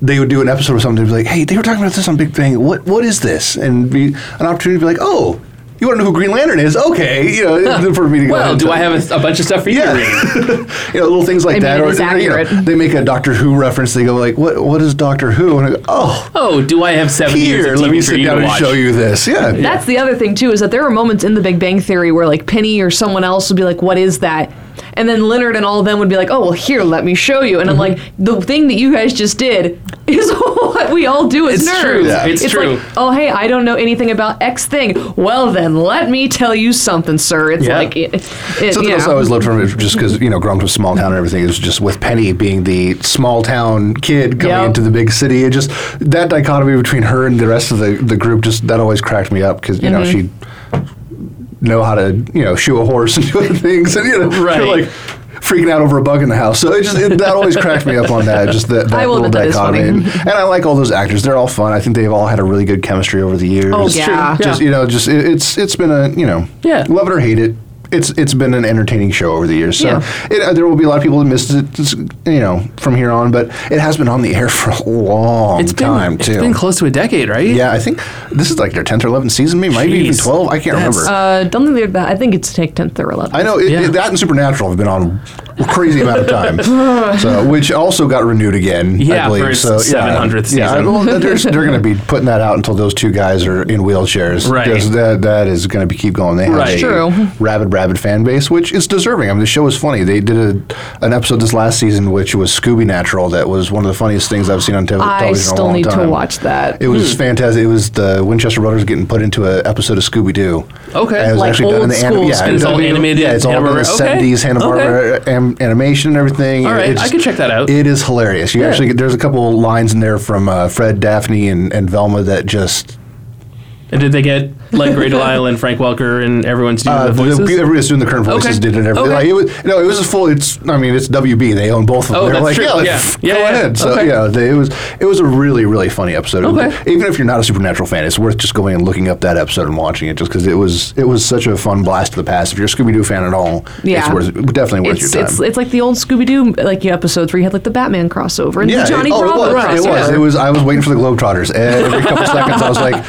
Speaker 2: they would do an episode of something and be like, "Hey, they were talking about this on Big Bang. What what is this?" And be an opportunity to be like, "Oh." You want to know who Green Lantern is? Okay, you know, for me to go. ahead
Speaker 1: well,
Speaker 2: and
Speaker 1: do
Speaker 2: tell
Speaker 1: I
Speaker 2: you.
Speaker 1: have a, a bunch of stuff for you
Speaker 2: Yeah.
Speaker 1: to read?
Speaker 2: you know, little things like
Speaker 3: I mean,
Speaker 2: that.
Speaker 3: it is
Speaker 2: you know,
Speaker 3: accurate.
Speaker 2: they make a Doctor Who reference. They go like, "What? What is Doctor Who?" And I go, "Oh,
Speaker 1: Oh, do I have seven years
Speaker 2: here,
Speaker 1: of TV
Speaker 2: let me
Speaker 1: for
Speaker 2: sit
Speaker 1: you
Speaker 2: down
Speaker 1: to
Speaker 2: and
Speaker 1: watch?
Speaker 2: show you this." Yeah,
Speaker 3: That's the other thing too is that there are moments in The Big Bang Theory where like Penny or someone else would be like, "What is that?" And then Leonard and all of them would be like, "Oh well, here, let me show you." And I'm
Speaker 2: Mm-hmm.
Speaker 3: like, "The thing that you guys just did is what we all do as
Speaker 1: It's
Speaker 3: nerds.
Speaker 1: true.
Speaker 2: Yeah.
Speaker 1: It's true.
Speaker 3: like, oh hey, I don't know anything about X thing. Well then, let me tell you something, sir. It's
Speaker 1: Yeah.
Speaker 3: like it, it,
Speaker 2: Something
Speaker 3: you
Speaker 2: else I
Speaker 3: know.
Speaker 2: always loved from it, just because you know, growing up in a small town and everything, is just with Penny being the small town kid coming
Speaker 3: Yep.
Speaker 2: into the big city. It just that dichotomy between her and the rest of the, the group just that always cracked me up because you
Speaker 3: Mm-hmm.
Speaker 2: know she know how to you know shoe a horse and doing things and you know
Speaker 1: Right.
Speaker 2: you're like freaking out over a bug in the house. So it just it, that always cracked me up on that. Just that, that
Speaker 3: I will
Speaker 2: little
Speaker 3: admit that is
Speaker 2: dichotomy.
Speaker 3: funny.
Speaker 2: And, and I like all those actors. They're all fun. I think they've all had a really good chemistry over the years.
Speaker 3: Oh, It's true. yeah.
Speaker 2: Just you know, just it, it's it's been a you know
Speaker 1: Yeah.
Speaker 2: love it or hate it. It's it's been an entertaining show over the years. So
Speaker 3: Yeah.
Speaker 2: it, uh, there will be a lot of people that missed it, s- you know, from here on. But it has been on the air for a long
Speaker 1: It's been
Speaker 2: time too.
Speaker 1: it's been close to a decade, right?
Speaker 2: yeah, I think this is like their tenth or eleventh season, maybe maybe even
Speaker 1: Jeez.
Speaker 2: twelve. I can't
Speaker 1: That's-
Speaker 2: remember.
Speaker 3: Uh, don't think they're that. I think it's take tenth or eleventh.
Speaker 2: I know it,
Speaker 1: Yeah.
Speaker 2: it- that and Supernatural have been on a crazy amount of time, so which also got renewed again. I
Speaker 1: Yeah,
Speaker 2: believe.
Speaker 1: for its
Speaker 2: so,
Speaker 1: 700th
Speaker 2: yeah,
Speaker 1: season.
Speaker 2: Yeah, well, they're, they're going to be putting that out until those two guys are in wheelchairs.
Speaker 1: Right.
Speaker 2: Because That, that is going to be keep going. They have
Speaker 1: Right.
Speaker 2: a
Speaker 3: True.
Speaker 2: rabid, rabid, rabid fan base, which is deserving. I mean, the show is funny. They did a, an episode this last season, which was Scooby Natural, that was one of the funniest things I've seen on te-
Speaker 3: I
Speaker 2: television in a
Speaker 3: still
Speaker 2: long
Speaker 3: need
Speaker 2: time.
Speaker 3: to watch that.
Speaker 2: It
Speaker 1: Hmm.
Speaker 2: was fantastic. It was the Winchester brothers getting put into an episode of Scooby Doo.
Speaker 1: Okay.
Speaker 2: and it was
Speaker 3: Like
Speaker 2: actually done in
Speaker 3: old
Speaker 2: the anim-
Speaker 3: school
Speaker 2: yeah,
Speaker 3: Scooby-Doo.
Speaker 1: It's all
Speaker 2: done-
Speaker 1: animated,
Speaker 2: Yeah, it's all done in the
Speaker 1: Hanna-Barbera. Okay.
Speaker 2: seventies Hanna Barbera am- animation and everything.
Speaker 1: All right,
Speaker 2: It's-
Speaker 1: I could check that out.
Speaker 2: It is hilarious. You actually get, there's a couple lines in there from uh, Fred, Daphne, and, and Velma that just
Speaker 1: And did they get like Ray Delisle and Frank Welker and everyone's doing
Speaker 2: uh,
Speaker 1: the voices?
Speaker 2: people- everybody's doing the current voices
Speaker 1: Okay.
Speaker 2: did it. and Everything.
Speaker 1: Okay.
Speaker 2: Like, it was, no, it was a full. It's I mean it's WB. They own both of them.
Speaker 1: Oh,
Speaker 2: They're
Speaker 1: that's
Speaker 2: like,
Speaker 1: true.
Speaker 2: Yeah, like,
Speaker 1: Yeah.
Speaker 2: pff,
Speaker 1: Yeah,
Speaker 2: go
Speaker 1: yeah, yeah.
Speaker 2: ahead. So
Speaker 1: Okay.
Speaker 2: yeah, they, it was it was a really really funny episode.
Speaker 1: Okay.
Speaker 2: Even if you're not a supernatural fan, it's worth just going and looking up that episode and watching it just because it was it was such a fun blast to the past. If you're a Scooby Doo fan at all,
Speaker 3: Yeah.
Speaker 2: it's worth definitely worth
Speaker 3: It's,
Speaker 2: your time.
Speaker 3: it's it's like the old Scooby Doo like episodes where you had like the Batman crossover and the Johnny
Speaker 2: it, oh,
Speaker 3: Bravo
Speaker 2: It was,
Speaker 3: crossover.
Speaker 2: it was. It was. I was waiting for the Globetrotters every couple seconds. I was like,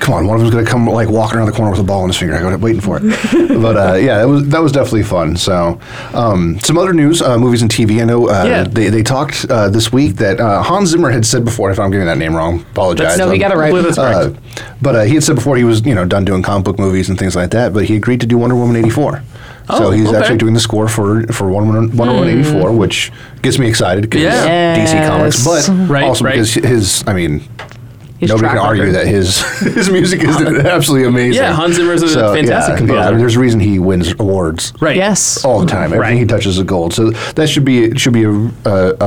Speaker 2: "Come on, one of them's gonna come like walking around the corner with a ball in his finger." I was waiting for it. But uh, yeah, that was that was definitely fun. So um, some other news, uh, movies and TV. I know uh,
Speaker 1: Yeah.
Speaker 2: they they talked uh, this week that uh, Hans Zimmer had said before. If I'm getting that name wrong, apologize.
Speaker 3: No, he
Speaker 2: Um,
Speaker 3: got it right.
Speaker 1: Well, that's correct.
Speaker 2: uh, but uh, he had said before he was you know done doing comic book movies and things like that. But he agreed to do Wonder Woman eighty four. so
Speaker 1: Oh,
Speaker 2: he's
Speaker 1: okay.
Speaker 2: actually doing the score for for Wonder Woman, Wonder Woman eighty four, which gets me excited because
Speaker 1: Yeah.
Speaker 2: DC Comics,
Speaker 3: Yes.
Speaker 2: but
Speaker 1: Right,
Speaker 2: also
Speaker 1: right.
Speaker 2: because his I mean.
Speaker 3: His
Speaker 2: Nobody
Speaker 3: track
Speaker 2: can argue
Speaker 3: record.
Speaker 2: that his his music is absolutely amazing.
Speaker 1: Yeah, Hans Zimmer is a fantastic
Speaker 2: yeah, Yeah,
Speaker 1: composer.
Speaker 2: there's a reason he wins awards
Speaker 1: right.
Speaker 3: yes.
Speaker 2: all the time. Everything he touches is gold. So that should be it should be a, a,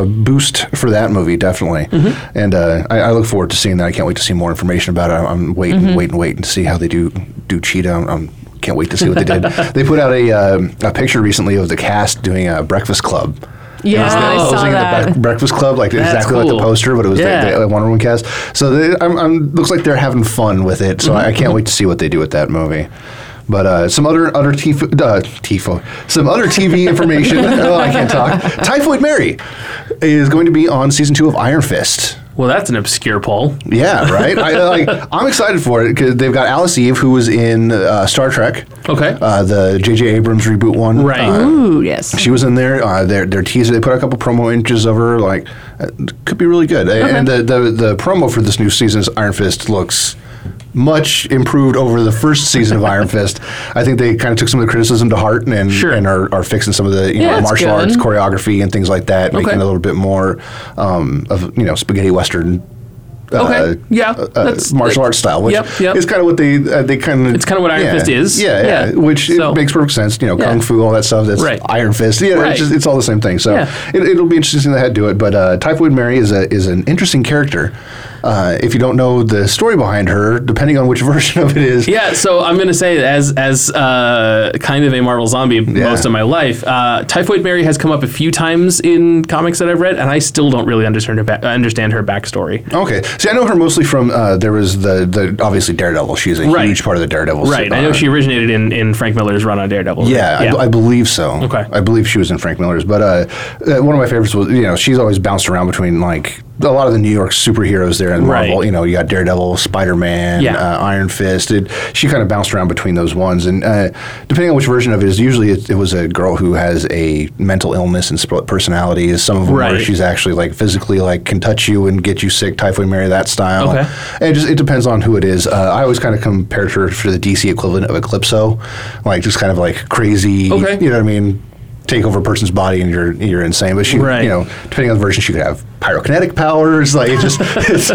Speaker 2: a boost for that movie definitely.
Speaker 1: Mm-hmm.
Speaker 2: And uh, I, I look forward to seeing that. I can't wait to see more information about it. I'm, I'm waiting,
Speaker 1: Mm-hmm.
Speaker 2: waiting, waiting to see how they do do Cheetah. I'm, I'm can't wait to see what they did. they put out a, um, a picture recently of the cast doing a Breakfast Club.
Speaker 3: Yeah,
Speaker 2: It was the
Speaker 1: Oh, I saw
Speaker 2: posing of the
Speaker 3: that.
Speaker 2: Bre- Breakfast Club, like
Speaker 1: That's
Speaker 2: exactly like
Speaker 1: cool.
Speaker 2: the poster, but it was
Speaker 1: Yeah.
Speaker 2: the, the Wonder Woman cast. So they, I'm, I'm, looks like they're having fun with it. So I, I
Speaker 1: Mm-hmm.
Speaker 2: can't wait to see what they do with that movie. But uh, some other other tifo, uh, tifo some other TV information. oh, I can't talk. Typhoid Mary is going to be on season two of Iron Fist.
Speaker 1: Well, that's an obscure poll.
Speaker 2: Yeah, right. I, uh, like, I'm excited for it because they've got Alice Eve, who was in uh, Star Trek,
Speaker 1: Okay.
Speaker 2: uh, the J.J. Abrams reboot one,
Speaker 1: Right.
Speaker 2: Uh,
Speaker 3: Ooh, yes.
Speaker 2: she was in there. Uh, their their teaser. They put out a couple promo inches of her. Like, uh, could be really good. And the, the the promo for this new season's Iron Fist looks much improved over the first season of Iron Fist. I think they kind of took some of the criticism to heart and
Speaker 1: Sure.
Speaker 2: and are, are fixing some of the you
Speaker 3: Yeah,
Speaker 2: know,
Speaker 3: that's
Speaker 2: martial
Speaker 3: good.
Speaker 2: arts choreography and things like that, making
Speaker 1: Okay.
Speaker 2: it a little bit more um, of you know spaghetti western.
Speaker 1: Okay. Yeah,
Speaker 2: uh,
Speaker 1: that's-
Speaker 2: martial arts style, which
Speaker 1: Yep, yep.
Speaker 2: is kind of what they uh, they kind of
Speaker 1: It's kinda what Iron Fist is.
Speaker 2: Yeah, yeah,
Speaker 1: Yeah.
Speaker 2: which it
Speaker 1: So-
Speaker 2: makes perfect sense. You know,
Speaker 1: Yeah.
Speaker 2: kung fu, all that stuff. That's
Speaker 1: Right.
Speaker 2: Iron Fist. Yeah,
Speaker 1: Right.
Speaker 2: it's, just, it's all the same thing. So
Speaker 1: Yeah.
Speaker 2: it, it'll be interesting to how to do it. But uh, Typhoid Mary is a is an interesting character. Uh, if you don't know the story behind her, depending on which version of it is,
Speaker 1: Yeah, so I'm gonna say as as uh, kind of a Marvel zombie most of my life, uh, Typhoid Mary has come up a few times in comics that I've read, and I still don't really understand her ba- understand her backstory.
Speaker 2: Okay. See, I know her mostly from uh, there was the the obviously Daredevil. She's a
Speaker 1: Right.
Speaker 2: huge part of the Daredevil.
Speaker 1: Right, I know she originated in, in Frank Miller's run on Daredevil.
Speaker 2: Yeah, I, I believe so.
Speaker 1: Okay.
Speaker 2: I believe she was in Frank Miller's, but uh, uh, one of my favorites was you know she's always bounced around between like a lot of the New York superheroes there in
Speaker 1: Right.
Speaker 2: Marvel. You know, you got Daredevil, Spider Man,
Speaker 1: Yeah.
Speaker 2: uh, Iron Fist. It, she kind of bounced around between those ones, and uh, depending on which version of it is, usually it, it was a girl who has a mental illness and split personality. Is Some of them where
Speaker 1: Right.
Speaker 2: she's actually like physically like can touch you and get you sick, Typhoid Mary that style.
Speaker 1: Okay.
Speaker 2: And it just it depends on who it is. Uh, I always kind of compare her to the DC equivalent of Eclipso, like just kind of like crazy.
Speaker 1: Okay.
Speaker 2: You know what I mean? Take over a person's body and you're you're insane. But she,
Speaker 1: Right.
Speaker 2: you know, depending on the version, she could have pyrokinetic powers. Like it just it's,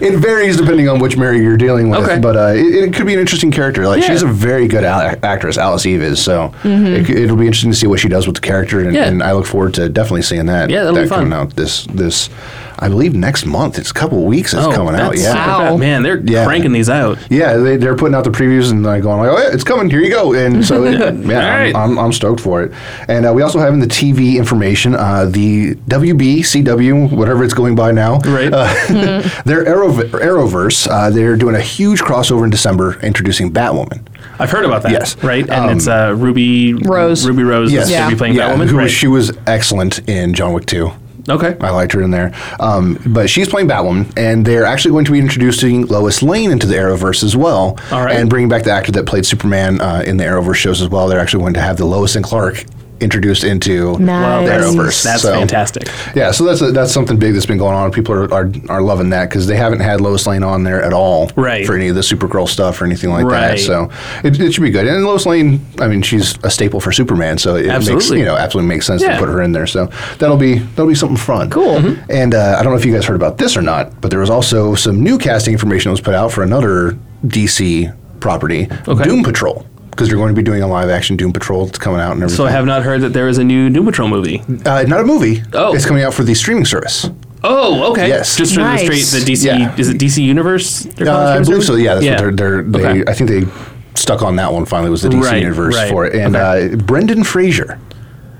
Speaker 2: it varies depending on which Mary you're dealing with.
Speaker 1: Okay.
Speaker 2: But uh, it, it could be an interesting character. Like
Speaker 1: Yeah. Mm-hmm.
Speaker 2: she's a very good al- actress, Alice Eve is. So it, c- it'll be interesting to see what she does with the character, and,
Speaker 1: Yeah.
Speaker 2: and I look forward to definitely seeing that.
Speaker 1: Yeah, that'll
Speaker 2: that
Speaker 1: be fun.
Speaker 2: coming out this this. I believe next month. It's a couple weeks. It's coming out.
Speaker 1: Oh, that's
Speaker 2: Yeah,
Speaker 1: super
Speaker 3: Wow.
Speaker 1: fast. man, they're
Speaker 2: Yeah.
Speaker 1: cranking these out.
Speaker 2: yeah, they, they're putting out the previews and like going like, oh yeah, it's coming. Here you go. And so it- yeah,
Speaker 1: All
Speaker 2: I'm,
Speaker 1: right.
Speaker 2: I'm, I'm stoked for it. And uh, we also have in the TV information uh, the WB CW whatever it's going by now.
Speaker 1: Right.
Speaker 2: Uh, their Arrow, Arrowverse. Uh, they're doing a huge crossover in December, introducing Batwoman.
Speaker 1: I've heard about that.
Speaker 2: Yes. Um,
Speaker 1: right, and it's uh, Ruby
Speaker 3: Rose.
Speaker 1: Ruby Rose
Speaker 2: Yes.
Speaker 1: is going to
Speaker 3: Yeah.
Speaker 1: be playing
Speaker 2: yeah,
Speaker 1: Batwoman.
Speaker 2: who
Speaker 1: right. Oh,
Speaker 2: was, she was excellent in John Wick Two.
Speaker 1: Okay,
Speaker 2: I liked her in there. Um, but she's playing Batwoman, and they're actually going to be introducing Lois Lane into the Arrowverse as well.
Speaker 1: All right.
Speaker 2: And bringing back the actor that played Superman uh, in the Arrowverse shows as well. They're actually going to have the Lois and Clark introduced into
Speaker 3: Nice.
Speaker 2: the Arrowverse.
Speaker 1: That's
Speaker 2: So,
Speaker 1: fantastic.
Speaker 2: Yeah, so that's that's something big that's been going on. People are are, are loving that because they haven't had Lois Lane on there at all
Speaker 1: Right.
Speaker 2: for any of the Supergirl stuff or anything like
Speaker 1: Right.
Speaker 2: that. So it, it should be good. And Lois Lane, I mean, she's a staple for Superman, so it makes
Speaker 1: Absolutely.
Speaker 2: you know absolutely makes sense
Speaker 1: Yeah.
Speaker 2: to put her in there. So that'll be that'll be something fun.
Speaker 3: Cool.
Speaker 2: And uh, I don't know if you guys heard about this or not, but there was also some new casting information that was put out for another DC property,
Speaker 1: Okay.
Speaker 2: Doom Patrol. Because they're going to be doing a live action Doom Patrol. It's coming out and everything.
Speaker 1: So I have not heard that there is a new Doom Patrol movie.
Speaker 2: uh, not a movie.
Speaker 1: Oh.
Speaker 2: It's coming out for the streaming service.
Speaker 1: Oh, okay.
Speaker 2: Yes.
Speaker 1: Just for
Speaker 3: Nice.
Speaker 1: the straight, the DC
Speaker 2: Yeah.
Speaker 1: is it DC Universe? they're calling
Speaker 2: Uh,
Speaker 1: it
Speaker 2: I believe so. Yeah, that's
Speaker 1: Yeah.
Speaker 2: what they're. they're they,
Speaker 1: Okay.
Speaker 2: I think they stuck on that one. Finally, was the DC
Speaker 1: Right,
Speaker 2: universe
Speaker 1: right.
Speaker 2: for it. And uh, Brendan Fraser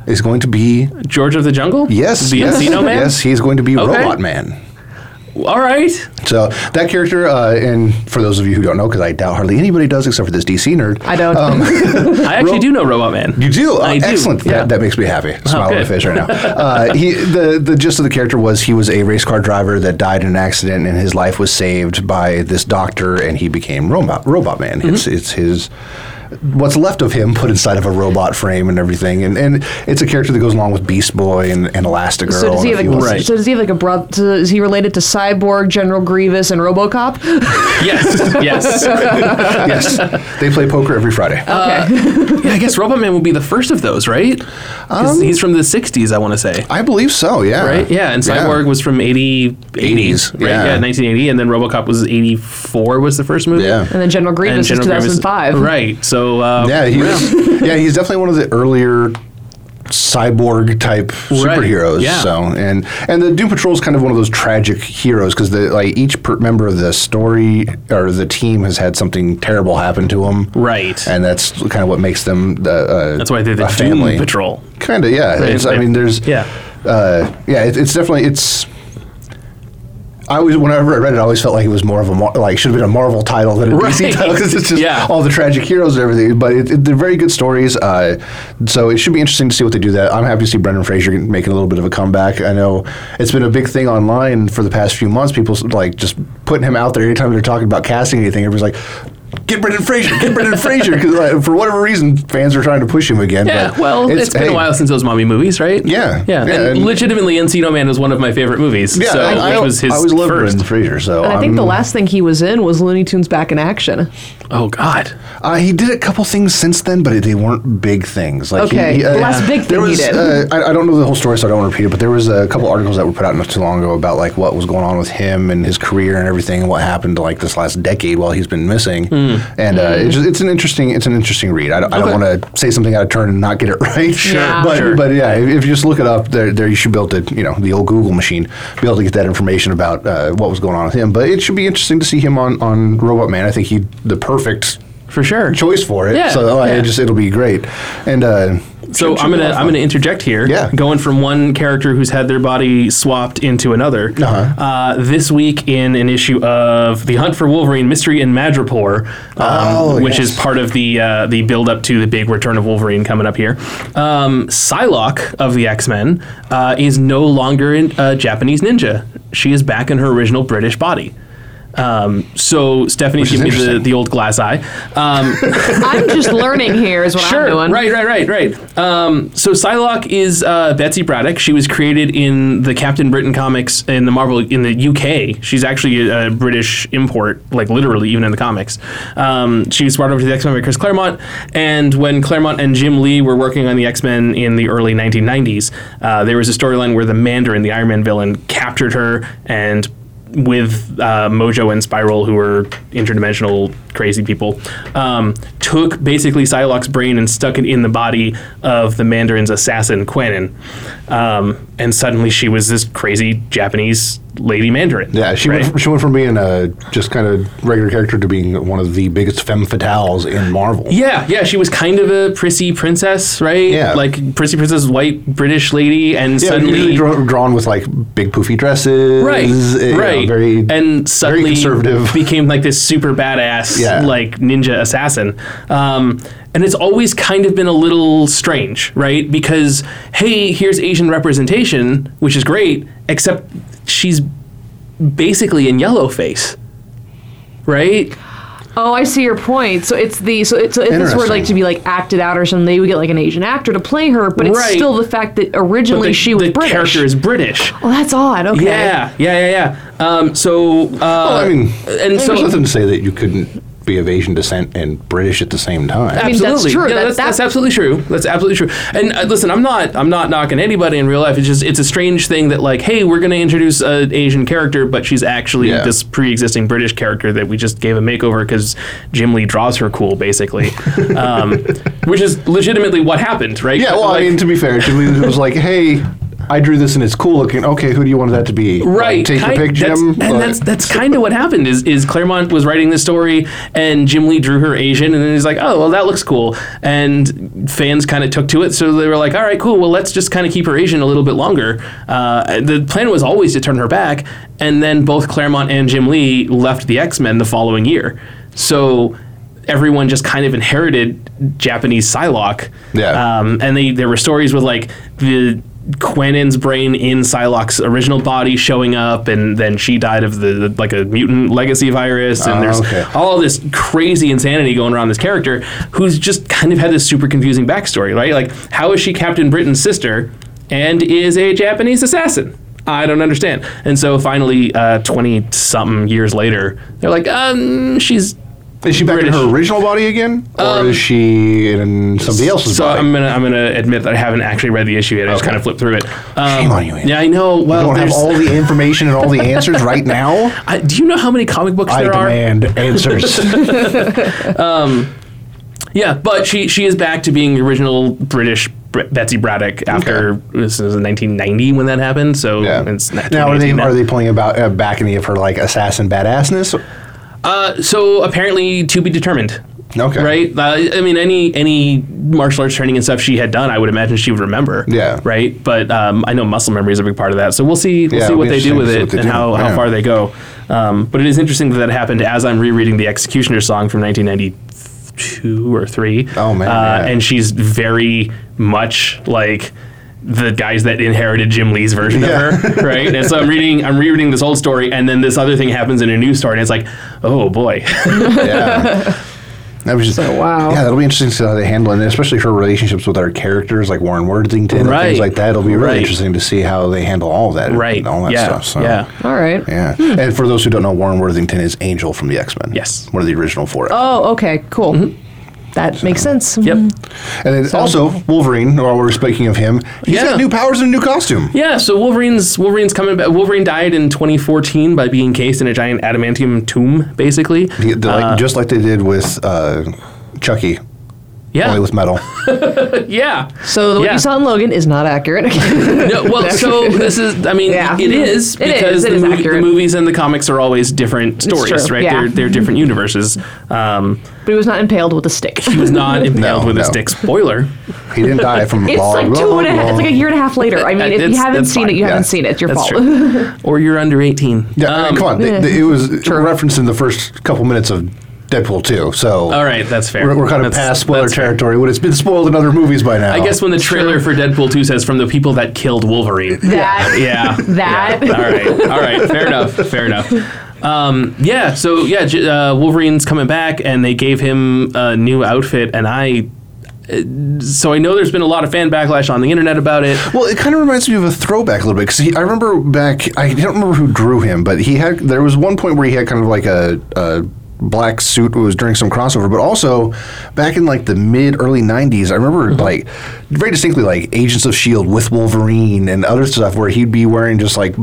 Speaker 2: is going to be
Speaker 1: George of the Jungle.
Speaker 2: yes,
Speaker 1: the
Speaker 2: yes,
Speaker 1: Encino Man.
Speaker 2: Yes, he's going to be
Speaker 1: Okay.
Speaker 2: Robot Man.
Speaker 1: All right.
Speaker 2: So that character, uh, and for those of you who don't know, because I doubt hardly anybody does except for this DC nerd.
Speaker 3: I don't.
Speaker 1: I actually do know Robot Man.
Speaker 2: You do?
Speaker 1: I
Speaker 2: Uh,
Speaker 1: do,
Speaker 2: Excellent.
Speaker 1: yeah. Oh,
Speaker 2: That, that makes me happy. Smile on my
Speaker 1: good.
Speaker 2: face right now. Uh, he, the, the gist of the character was he was a race car driver that died in an accident and his life was saved by this doctor and he became Robot, robot Man.
Speaker 1: Mm-hmm.
Speaker 2: It's, it's his. What's left of him put inside of a robot frame and everything, and, and it's a character that goes along with Beast Boy and, and Elastigirl.
Speaker 3: So does he
Speaker 2: and a
Speaker 3: have
Speaker 2: few
Speaker 3: like,
Speaker 2: others.
Speaker 1: Right.
Speaker 3: so does he have like a brother? So is he related to Cyborg, General Grievous, and RoboCop?
Speaker 1: Yes. Yes.
Speaker 2: yes, they play poker every Friday.
Speaker 1: Uh,
Speaker 3: okay.
Speaker 1: Yeah, I guess Robot Man would be the first of those, right? 'Cause
Speaker 2: Um,
Speaker 1: he's from the 60s, I want to say.
Speaker 2: I believe so. Uh, Yeah.
Speaker 1: Right? Yeah, and Cyborg was from 80, 80s,
Speaker 2: 80s,
Speaker 1: right?
Speaker 2: yeah.
Speaker 1: Yeah. 1980, and then RoboCop was 84 was the first movie.
Speaker 2: Yeah.
Speaker 3: and then General
Speaker 1: And
Speaker 3: Grievous
Speaker 1: General
Speaker 3: is
Speaker 1: Grievous-
Speaker 3: 2005.
Speaker 1: Right. So uh,
Speaker 2: Yeah, he was, yeah, he's definitely one of the earlier cyborg type superheroes.
Speaker 1: yeah.
Speaker 2: So and and the Doom Patrol is kind of one of those tragic heroes because the like each per- member of the story or the team has had something terrible happen to them.
Speaker 1: Right.
Speaker 2: and that's kind of what makes them the uh,
Speaker 1: that's why they're the
Speaker 2: a
Speaker 1: Doom
Speaker 2: family.
Speaker 1: Patrol.
Speaker 2: Kind of yeah.
Speaker 1: Right,
Speaker 2: It's, I
Speaker 1: right.
Speaker 2: mean, there's
Speaker 1: Yeah.
Speaker 2: uh, yeah. It, it's definitely it's. I always, whenever I read it, I always felt like it was more of a Mar- like should have been a Marvel title than a
Speaker 1: Right.
Speaker 2: DC title because it's just
Speaker 1: Yeah.
Speaker 2: all the tragic heroes and everything. But it, it- they're very good stories, uh, so it should be interesting to see what they do. That I'm happy to see Brendan Fraser making a little bit of a comeback. I know it's been a big thing online for the past few months. People like just putting him out there anytime they're talking about casting anything. Everybody's like, "Get Brendan Fraser, get Brendan Fraser," because for whatever reason, fans are trying to push him again.
Speaker 1: Yeah,
Speaker 2: but
Speaker 1: well, it's been
Speaker 2: hey,
Speaker 1: a while since those mommy movies, right?
Speaker 2: Yeah,
Speaker 1: Yeah,
Speaker 2: yeah,
Speaker 1: and,
Speaker 2: and-
Speaker 1: legitimately, Encino Man is one of my favorite movies.
Speaker 2: Yeah,
Speaker 1: so,
Speaker 2: I, I,
Speaker 1: which was his
Speaker 2: I always loved
Speaker 1: first.
Speaker 2: Brendan Fraser. So
Speaker 3: And I think
Speaker 2: I'm-
Speaker 3: the last thing he was in was Looney Tunes Back in Action.
Speaker 1: Oh, God.
Speaker 2: Uh, he did a couple things since then, but they weren't big things. Like
Speaker 3: Okay,
Speaker 2: he, he,
Speaker 3: the last big
Speaker 2: there
Speaker 3: thing
Speaker 2: was,
Speaker 3: he did.
Speaker 2: Uh, I, I don't know the whole story, so I don't want to repeat it. But there was a couple articles that were put out not too long ago about like what was going on with him and his career and everything, and what happened like this last decade while he's been missing. And uh,
Speaker 3: Hmm.
Speaker 2: it's, just, it's an interesting, it's an interesting read. I don't, I don't want to say something out of turn and not get it right. Sure,
Speaker 3: Yeah.
Speaker 2: but
Speaker 1: Sure.
Speaker 2: but yeah, if, if you just look it up, there, there you should be able to, you know, the old Google machine, be able to get that information about uh, what was going on with him. But it should be interesting to see him on on Robot Man. I think he the perfect
Speaker 1: For sure.
Speaker 2: choice for it.
Speaker 1: Yeah,
Speaker 2: so oh, I
Speaker 1: yeah.
Speaker 2: it just it'll be great. And uh, should- should be
Speaker 1: So I'm gonna
Speaker 2: a lot of fun.
Speaker 1: I'm gonna interject here.
Speaker 2: Yeah.
Speaker 1: Going from one character who's had their body swapped into another.
Speaker 2: Uh-huh.
Speaker 1: Uh, this week in an issue of The Hunt for Wolverine: Mystery in Madripoor, um,
Speaker 2: Oh,
Speaker 1: which
Speaker 2: yes.
Speaker 1: is part of the uh, the build up to the big return of Wolverine coming up here. Um, Psylocke of the X Men uh, is no longer in, a Japanese ninja. She is back in her original British body. Um, so Stephanie's
Speaker 2: is
Speaker 1: giving me the,
Speaker 2: interesting.
Speaker 1: the old glass eye. Um,
Speaker 3: I'm just learning here, is what I'm doing.
Speaker 1: Right, right, right, right. Um, so Psylocke is uh, Betsy Braddock. She was created in the Captain Britain comics in the Marvel in the UK. She's actually a, a British import, like literally, even in the comics. Um, she was brought over to the X Men by Chris Claremont, and when Claremont and Jim Lee were working on the X Men in the early 1990s, uh, there was a storyline where the Mandarin, the Iron Man villain, captured her and with uh, Mojo and Spiral, who were interdimensional crazy people, um, took basically Psylocke's brain and stuck it in the body of the Mandarin's assassin, Quenin. Um, and suddenly she was this crazy Japanese lady Mandarin.
Speaker 2: Yeah, she
Speaker 1: right?
Speaker 2: went from, she went from being a just kind of regular character to being one of the biggest femme fatales in Marvel.
Speaker 1: Yeah, yeah, she was kind of a prissy princess, right?
Speaker 2: Yeah.
Speaker 1: Like prissy princess, white British lady, and
Speaker 2: Yeah,
Speaker 1: suddenly
Speaker 2: usually drawn, drawn with like big poofy dresses,
Speaker 1: right,
Speaker 2: uh, you know,
Speaker 1: right,
Speaker 2: very
Speaker 1: and uh, suddenly
Speaker 2: conservative.
Speaker 1: became like this super badass,
Speaker 2: Yeah.
Speaker 1: like ninja assassin. Um, and it's always kind of been a little strange, right? Because hey, here's Asian representation, which is great, except she's basically in yellow face, right?
Speaker 3: Oh, I see your point. So it's the so it's so if this were like to be like acted out or something, they would get like an Asian actor to play her, but it's
Speaker 1: Right.
Speaker 3: still the fact that originally
Speaker 1: the,
Speaker 3: she was
Speaker 1: the
Speaker 3: British.
Speaker 1: character is British.
Speaker 3: oh, that's odd. Okay.
Speaker 1: Yeah, yeah, yeah, yeah. Um, so, uh,
Speaker 2: I mean,
Speaker 1: and
Speaker 2: there's
Speaker 1: so
Speaker 2: nothing to say that you couldn't be of Asian descent and British at the same time.
Speaker 3: mean, that's
Speaker 1: absolutely.
Speaker 3: true.
Speaker 1: No,
Speaker 3: That-
Speaker 1: that's,
Speaker 3: that-
Speaker 1: that's absolutely true. That's absolutely true. And uh, listen, I'm not I'm not knocking anybody in real life. It's just it's a strange thing that like, hey, we're going to introduce an Asian character, but she's actually
Speaker 2: Yeah.
Speaker 1: this pre-existing British character that we just gave a makeover because Jim Lee draws her cool, basically, um, which is legitimately what happened, right?
Speaker 2: yeah, well,
Speaker 1: Like-
Speaker 2: I mean, to be fair, Jim Lee was like, hey, I drew this and it's cool looking. Okay, who do you want that to be?
Speaker 1: right
Speaker 2: Like, take
Speaker 1: kind-
Speaker 2: your pick,
Speaker 1: that's-
Speaker 2: Jim.
Speaker 1: and
Speaker 2: Or-
Speaker 1: that's that's kind of what happened is is claremont was writing this story and jim lee drew her asian and then he's like oh well that looks cool and fans kind of took to it so they were like all right cool well let's just kind of keep her asian a little bit longer uh, the plan was always to turn her back and then both claremont and jim lee left the x-men the following year so everyone just kind of inherited japanese psylocke
Speaker 2: Yeah.
Speaker 1: um, and they there were stories with like the Quennin's brain in Psylocke's original body showing up, and then she died of the, like a mutant legacy virus, and
Speaker 2: Ah,
Speaker 1: there's
Speaker 2: okay.
Speaker 1: all this crazy insanity going around this character who's just kind of had this super confusing backstory, right? Like, how is she Captain Britain's sister and is a Japanese assassin? I don't understand. And so finally, twenty something years later, they're like, um, she's
Speaker 2: is she back
Speaker 1: British. Um,
Speaker 2: in her original body again? Or is she in somebody else's
Speaker 1: So um,
Speaker 2: body?
Speaker 1: I'm gonna I'm gonna admit that I haven't actually read the issue yet. I just
Speaker 2: Okay.
Speaker 1: kind of flipped through it. Um,
Speaker 2: Shame on you, Andy.
Speaker 1: Yeah, I
Speaker 2: I
Speaker 1: know. Well,
Speaker 2: don't have
Speaker 1: there's-
Speaker 2: all the information and all the answers right now.
Speaker 1: I, do you know how many comic books
Speaker 2: I
Speaker 1: there are?
Speaker 2: demand answers.
Speaker 1: Yeah, but she she is back to being the original British Br- Betsy Braddock after this is in 1990 when that happened. So
Speaker 2: Yeah.
Speaker 1: it's
Speaker 2: now are they
Speaker 1: 1918
Speaker 2: are they playing about uh, back any of her like assassin badassness?
Speaker 1: Uh, so apparently to be determined.
Speaker 2: Okay.
Speaker 1: Right. Uh, I mean, any any martial arts training and stuff she had done, I would imagine she would remember.
Speaker 2: Yeah.
Speaker 1: Right. But um, I know muscle memory is a big part of that. So we'll see. We'll
Speaker 2: Yeah,
Speaker 1: see
Speaker 2: it'll
Speaker 1: what
Speaker 2: be
Speaker 1: they do
Speaker 2: interesting
Speaker 1: with
Speaker 2: to see
Speaker 1: it
Speaker 2: what they
Speaker 1: and
Speaker 2: do.
Speaker 1: how, how
Speaker 2: Yeah.
Speaker 1: far they go. Um, but it is interesting that that happened as I'm rereading the Executioner song from 1992 or three.
Speaker 2: Oh, man,
Speaker 1: Uh,
Speaker 2: yeah.
Speaker 1: And she's very much like the guys that inherited Jim Lee's version
Speaker 2: Yeah.
Speaker 1: of her, right? And so I'm reading, I'm rereading this old story, and then this other thing happens in a new story, and it's like, oh boy,
Speaker 2: yeah. That was just
Speaker 3: wow.
Speaker 2: Yeah, that'll be interesting to see how they handle it, and especially her relationships with our characters like Warren Worthington and
Speaker 1: Right.
Speaker 2: things like that. It'll be really
Speaker 1: Right.
Speaker 2: interesting to see how they handle all that, and
Speaker 1: right?
Speaker 2: all that
Speaker 1: yeah,
Speaker 2: stuff. So.
Speaker 1: yeah.
Speaker 3: All right.
Speaker 2: Yeah. And for those who don't know, Warren Worthington is Angel from the X Men.
Speaker 1: Yes.
Speaker 2: One of the original four.
Speaker 3: Oh, okay. Cool. That makes sense.
Speaker 1: Mm-hmm. Yep.
Speaker 2: and then also, Wolverine, while we're speaking of him, he's
Speaker 1: Yeah.
Speaker 2: got new powers and a new costume.
Speaker 1: Yeah, so Wolverine's Wolverine's coming back. Wolverine died in 2014 by being cased in a giant adamantium tomb, basically.
Speaker 2: The- the- like- just like they did with uh, Chucky, only
Speaker 1: Yeah,
Speaker 2: with metal.
Speaker 1: yeah.
Speaker 3: So the what
Speaker 1: Yeah.
Speaker 3: you saw in Logan is not accurate.
Speaker 1: No, well, so this is. I mean,
Speaker 3: Yeah. Mm-hmm.
Speaker 1: it is
Speaker 3: It is,
Speaker 1: because
Speaker 3: it
Speaker 1: the,
Speaker 3: is
Speaker 1: movie, the
Speaker 3: accurate.
Speaker 1: movies and the comics are always different stories,
Speaker 3: true,
Speaker 1: right?
Speaker 3: yeah. Mm-hmm.
Speaker 1: They're they're different universes. Um,
Speaker 3: but he was not impaled with a stick.
Speaker 1: he was not impaled with a
Speaker 2: no.
Speaker 1: stick. Spoiler.
Speaker 2: he didn't die from
Speaker 3: It's
Speaker 2: blah,
Speaker 3: like
Speaker 2: blah,
Speaker 3: two and a half.
Speaker 2: blah.
Speaker 3: It's like a year and a half later. I mean, if you
Speaker 1: It's-
Speaker 3: haven't
Speaker 1: that's
Speaker 3: seen it,
Speaker 1: fine.
Speaker 3: you
Speaker 2: Yeah.
Speaker 3: haven't seen it. It's your
Speaker 1: That's
Speaker 3: fault.
Speaker 1: true. or you're under Um, 18.
Speaker 2: Yeah, I mean, come on. They, they, it was
Speaker 3: True.
Speaker 2: referenced in the first couple minutes of Deadpool 2, so
Speaker 1: All right, that's fair.
Speaker 2: we're, we're kind of
Speaker 1: That's-
Speaker 2: past spoiler
Speaker 1: that's fair.
Speaker 2: territory. When it's been spoiled in other movies by now.
Speaker 1: I guess when the trailer for Deadpool 2 says from the people that killed Wolverine.
Speaker 3: That.
Speaker 1: yeah.
Speaker 3: That.
Speaker 1: Yeah. All right. All right. Fair enough. Fair enough. Um, yeah. So yeah, J- uh, Wolverine's coming back, and they gave him a new outfit, and I. uh, So I know there's been a lot of fan backlash on the internet about it.
Speaker 2: Well, it kind of reminds me of a throwback a little bit because I remember back. I don't remember who drew him, but he had. There was one point where he had kind of like a. a black suit it was during some crossover but also back in like the mid early 90s i remember
Speaker 1: Mm-hmm.
Speaker 2: like very distinctly like agents of shield E with wolverine and other stuff where he'd be wearing just like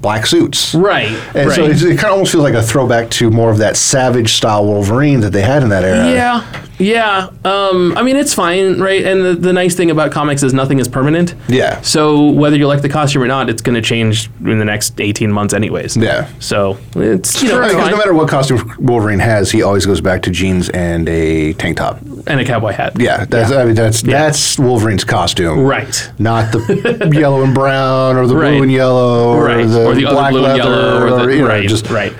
Speaker 2: black suits
Speaker 1: Right.
Speaker 2: and
Speaker 1: right.
Speaker 2: so it's, it kind of almost feels like a throwback to more of that savage style wolverine that they had in that era
Speaker 1: yeah. Yeah. Um, I mean, it's fine, right? And the, the nice thing about comics is nothing is permanent.
Speaker 2: Yeah.
Speaker 1: So whether you like the costume or not, it's going to change in the next 18 months, anyways.
Speaker 2: Yeah.
Speaker 1: So it's, you know,
Speaker 2: Right,
Speaker 1: it's
Speaker 2: 'cause
Speaker 1: fine.
Speaker 2: no matter what costume Wolverine has, he always goes back to jeans and a tank top.
Speaker 1: and a cowboy hat.
Speaker 2: Yeah, that's I mean that's that's Wolverine's costume,
Speaker 1: Right.
Speaker 2: Not the yellow and brown, or the
Speaker 1: Right.
Speaker 2: blue and yellow, or,
Speaker 1: right.
Speaker 2: the
Speaker 1: or the
Speaker 2: black
Speaker 1: other blue
Speaker 2: leather,
Speaker 1: and yellow, or, the
Speaker 2: you know,
Speaker 1: right,
Speaker 2: just
Speaker 1: right.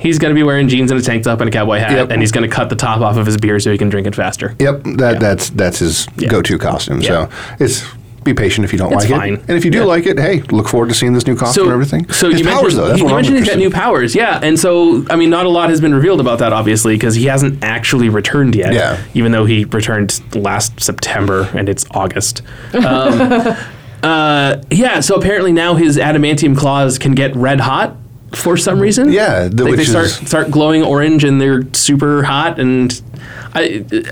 Speaker 1: He's going to be wearing jeans and a tank top and a cowboy hat,
Speaker 2: Yep.
Speaker 1: and he's going to cut the top off of his beer so he can drink it faster.
Speaker 2: Yep, that that's that's his go-to costume. So it's be patient if you don't
Speaker 1: That's
Speaker 2: like
Speaker 1: fine.
Speaker 2: it. And if you do
Speaker 1: Yeah.
Speaker 2: like it, hey, look forward to seeing this new costume and everything.
Speaker 1: So
Speaker 2: His
Speaker 1: you
Speaker 2: powers,
Speaker 1: mentioned,
Speaker 2: though, that's
Speaker 1: you
Speaker 2: what I'm
Speaker 1: mentioned he's got
Speaker 2: interested
Speaker 1: new
Speaker 2: in.
Speaker 1: powers, yeah. And so, I mean, not a lot has been revealed about that, obviously, because he hasn't actually returned yet.
Speaker 2: Yeah.
Speaker 1: Even though he returned last September, and it's August. Um, uh, yeah. So apparently now his adamantium claws can get red hot for some reason.
Speaker 2: Yeah, the-
Speaker 1: like they
Speaker 2: which
Speaker 1: start
Speaker 2: is-
Speaker 1: start glowing orange, and they're super hot, and I,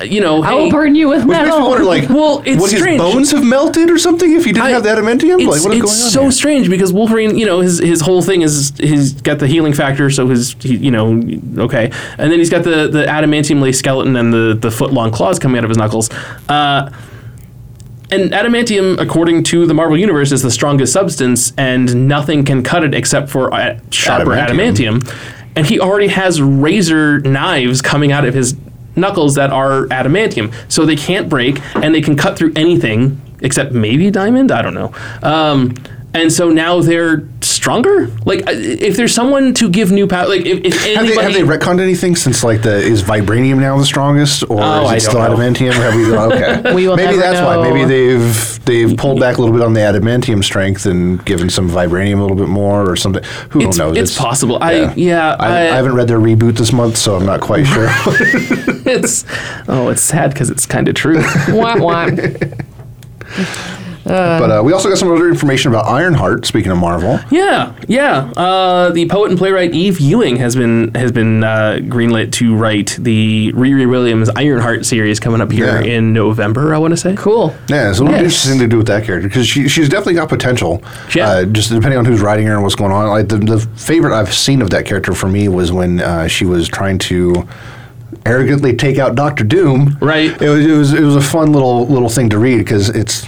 Speaker 1: you know,
Speaker 4: I will
Speaker 1: hey,
Speaker 4: burn you with
Speaker 2: Which makes me
Speaker 4: metal.
Speaker 2: wonder, like,
Speaker 1: Well, it's
Speaker 2: would
Speaker 1: strange.
Speaker 2: his bones have melted or something if he didn't
Speaker 1: I-
Speaker 2: have the adamantium? Like,
Speaker 1: It's,
Speaker 2: what is
Speaker 1: it's
Speaker 2: going on?
Speaker 1: so
Speaker 2: here?
Speaker 1: strange because Wolverine, you know, his his whole thing is he's got the healing factor, so his he, you know okay, and then he's got the the adamantium lace skeleton and the the foot long claws coming out of his knuckles. Uh, and adamantium, according to the Marvel Universe, is the strongest substance, and nothing can cut it except for uh, sharper
Speaker 2: Adamantium.
Speaker 1: adamantium. And he already has razor knives coming out of his knuckles that are adamantium, so they can't break, and they can cut through anything except maybe diamond. I don't know. Um, and so now they're stronger. Like, I- if there's someone to give new power, like if, if
Speaker 2: Have
Speaker 1: anybody,
Speaker 2: they, have they retconned anything since like the is vibranium now the strongest or is it
Speaker 1: Oh, I don't
Speaker 2: still
Speaker 1: know.
Speaker 2: adamantium? Have we oh, okay?
Speaker 4: We will
Speaker 2: Maybe
Speaker 4: never
Speaker 2: that's why.
Speaker 4: know.
Speaker 2: Maybe they've they've pulled back a little bit on the adamantium strength and given some vibranium a little bit more or something. Who
Speaker 1: it's,
Speaker 2: knows?
Speaker 1: it's possible. I yeah.
Speaker 2: I, I haven't read their reboot this month, so I'm not quite sure.
Speaker 1: It's oh, it's sad because it's kind of true.
Speaker 3: Wah, wah.
Speaker 2: but uh, we also got some other information about Ironheart. Speaking of Marvel,
Speaker 1: Yeah, yeah. Uh, the poet and playwright Eve Ewing has been has been uh, greenlit to write the Riri Williams Ironheart series coming up here
Speaker 2: Yeah.
Speaker 1: in November. I want to say.
Speaker 3: Cool.
Speaker 2: Yeah, so it'll be
Speaker 1: Yes.
Speaker 2: interesting to do with that character because she, she's definitely got potential.
Speaker 1: Yeah.
Speaker 2: Uh, just depending on who's writing her and what's going on. Like the, the favorite I've seen of that character for me was when uh, she was trying to arrogantly take out Doctor Doom.
Speaker 1: Right.
Speaker 2: It was it was, it was a fun little little thing to read because it's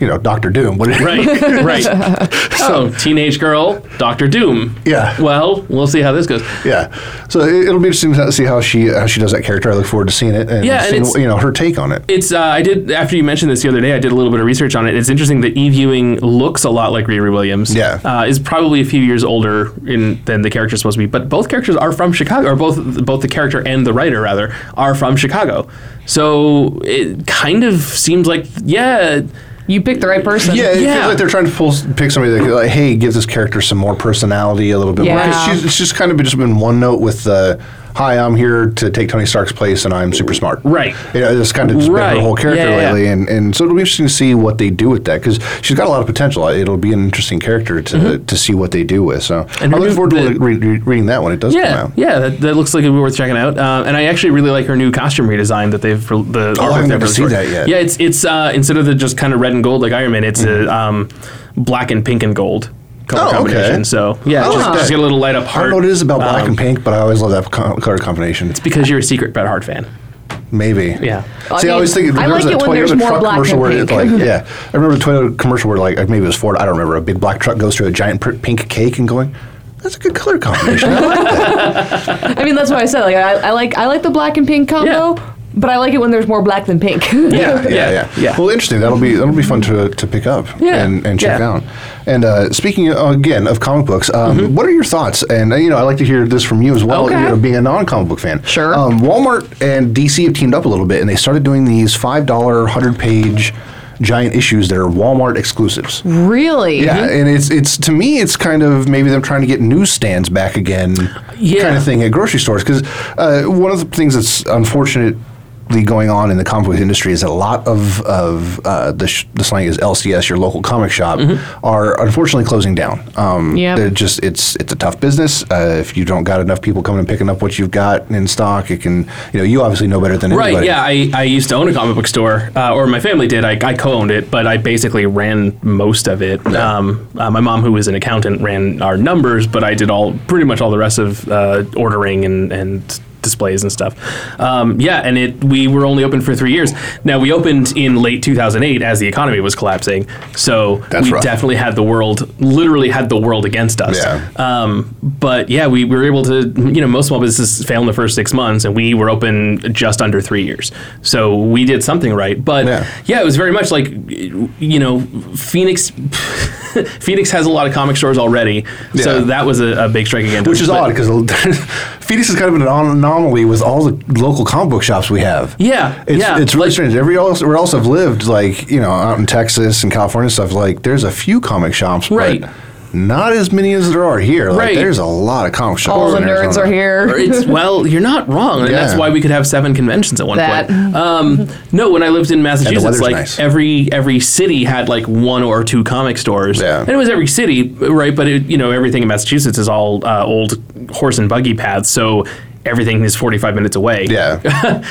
Speaker 2: you know Doctor Doom. What
Speaker 1: Right, right. oh, teenage girl, Doctor Doom.
Speaker 2: Yeah.
Speaker 1: Well, we'll see how this goes.
Speaker 2: Yeah. So it, it'll be interesting to see how she how she does that character. I look forward to seeing it and
Speaker 1: Yeah, and
Speaker 2: seeing
Speaker 1: it's-
Speaker 2: you know her take on it.
Speaker 1: It's uh, I did after you mentioned this the other day. I did a little bit of research on it. It's interesting that Eve Ewing looks a lot like Riri Williams.
Speaker 2: Yeah.
Speaker 1: uh, is probably a few years older in, than the character's supposed to be. But both characters are from Chicago, or both both the character and the writer rather are from Chicago. So it kind of seems like yeah,
Speaker 3: You picked the right person.
Speaker 2: Yeah, it feels
Speaker 1: Yeah.
Speaker 2: like they're trying to pull, pick somebody that could, like, hey, give this character some more personality, a little bit more. 'Cause
Speaker 3: Yeah.
Speaker 2: She's, it's just kind of just been one note with the, hi, I'm here to take Tony Stark's place, and I'm super smart.
Speaker 1: Right.
Speaker 2: You know, it's kind of just been
Speaker 1: Right.
Speaker 2: her whole character
Speaker 1: Yeah, yeah, yeah.
Speaker 2: lately, and and so it'll be interesting to see what they do with that because she's got a lot of potential. It'll be an interesting character to to see what they do with. So
Speaker 1: Mm-hmm. And
Speaker 2: I'm looking
Speaker 1: remove
Speaker 2: forward to
Speaker 1: the-
Speaker 2: re- re- reading that when it does
Speaker 1: yeah,
Speaker 2: come out.
Speaker 1: yeah. That, that looks like it'd be worth checking out. Uh, and I actually really like her new costume redesign that they've re- the.
Speaker 2: Oh, I
Speaker 1: artwork
Speaker 2: haven't
Speaker 1: they've
Speaker 2: got to see
Speaker 1: restored.
Speaker 2: that yet.
Speaker 1: Yeah, it's it's uh, instead of the just kind of red and gold like Iron Man, it's a um, black and pink and gold color
Speaker 2: Mm-hmm. Oh, okay.
Speaker 1: combination. So
Speaker 2: I
Speaker 1: yeah, just,
Speaker 2: like
Speaker 1: just
Speaker 2: that.
Speaker 1: get a little light up
Speaker 2: I
Speaker 1: heart.
Speaker 2: don't know what it is about black
Speaker 1: um,
Speaker 2: and pink, but I always love that co- color combination.
Speaker 1: because you're a secret Bret Hart fan.
Speaker 2: Maybe.
Speaker 1: Yeah.
Speaker 4: I
Speaker 2: See, I always
Speaker 4: mean,
Speaker 2: think
Speaker 4: I
Speaker 2: there was
Speaker 4: like
Speaker 2: a
Speaker 4: it when
Speaker 2: Toyota
Speaker 4: there's more
Speaker 2: truck
Speaker 4: black
Speaker 2: commercial
Speaker 4: and
Speaker 2: where it, like,
Speaker 4: pink.
Speaker 2: yeah, I remember the Toyota commercial where like maybe it was Ford, I don't remember. A big black truck goes through a giant pr- pink cake and going, that's a good color combination. I like that.
Speaker 3: I mean, that's why I said like I, I like I like the black and pink combo,
Speaker 1: Yeah.
Speaker 3: but I like it when there's more black than pink.
Speaker 1: Yeah,
Speaker 2: yeah, yeah, Well, interesting. That'll be that'll be fun to, to pick up
Speaker 1: Yeah,
Speaker 2: and, and check
Speaker 1: yeah.
Speaker 2: out. And uh, speaking uh, again of comic books, um,
Speaker 4: Mm-hmm.
Speaker 2: what are your thoughts? And uh, you know, I like to hear this from you as well.
Speaker 3: Okay.
Speaker 2: You know, being a non comic book fan,
Speaker 3: Sure.
Speaker 2: Um, Walmart and DC have teamed up a little bit, and they started doing these five dollar, hundred page. Giant issues that are Walmart exclusives.
Speaker 3: really?
Speaker 2: Yeah,
Speaker 1: Mm-hmm.
Speaker 2: and it's it's to me it's kind of maybe them trying to get newsstands back again,
Speaker 1: Yeah.
Speaker 2: kind of thing at grocery stores because uh, one of the things that's unfortunately going on in the comic book industry is that a lot of of uh, the, sh- the slang is LCS, your local comic shop,
Speaker 1: Mm-hmm.
Speaker 2: are unfortunately closing down. Um,
Speaker 3: Yep.
Speaker 2: they're just it's it's a tough business. Uh, if you don't got enough people coming and picking up what you've got in stock, it can you know you obviously know better than
Speaker 1: Right,
Speaker 2: anybody.
Speaker 1: yeah. I, I used to own a comic book store, uh, or my family did. I, I co owned it, but I basically ran most of it. Um, uh, my mom, who was an accountant, ran our numbers, but I did all pretty much all the rest of uh, ordering and, and displays and stuff. Um, yeah, and it we were only open for three years. Now, we opened in late 2008 as the economy was collapsing, so
Speaker 2: That's
Speaker 1: we
Speaker 2: rough.
Speaker 1: definitely had the world, literally had the world against us.
Speaker 2: Yeah.
Speaker 1: Um, but yeah, we were able to, you know, most small businesses fail in the first six months, and we were open just under three years. So we did something right. But
Speaker 2: Yeah.
Speaker 1: yeah, it was very much like, you know, Phoenix. Phoenix has a lot of comic stores already, so
Speaker 2: Yeah.
Speaker 1: that was a, a big strike against
Speaker 2: Which
Speaker 1: us,
Speaker 2: is
Speaker 1: but-
Speaker 2: odd because Phoenix is kind of an anomaly with all the local comic book shops we have.
Speaker 1: Yeah,
Speaker 2: it's,
Speaker 1: yeah,
Speaker 2: it's really
Speaker 1: like-
Speaker 2: strange. Every else, where else I've lived, like you know, out in Texas and California and stuff, like there's a few comic shops, but
Speaker 1: Right.
Speaker 2: Not as many as there are here. Like,
Speaker 1: Right.
Speaker 2: There's a lot of comic shops.
Speaker 3: All the
Speaker 2: in
Speaker 3: nerds
Speaker 2: Arizona.
Speaker 3: are here.
Speaker 1: Or it's well, you're not wrong, and
Speaker 2: Yeah.
Speaker 1: that's why we could have seven conventions at one
Speaker 3: That.
Speaker 1: point. Um, no, when I lived in Massachusetts,
Speaker 2: weather's
Speaker 1: like
Speaker 2: nice.
Speaker 1: every every city had like one or two comic stores,
Speaker 2: Yeah.
Speaker 1: and it was every city, right? But it, you know, everything in Massachusetts is all uh, old horse and buggy paths, so everything is 45 minutes away.
Speaker 2: Yeah.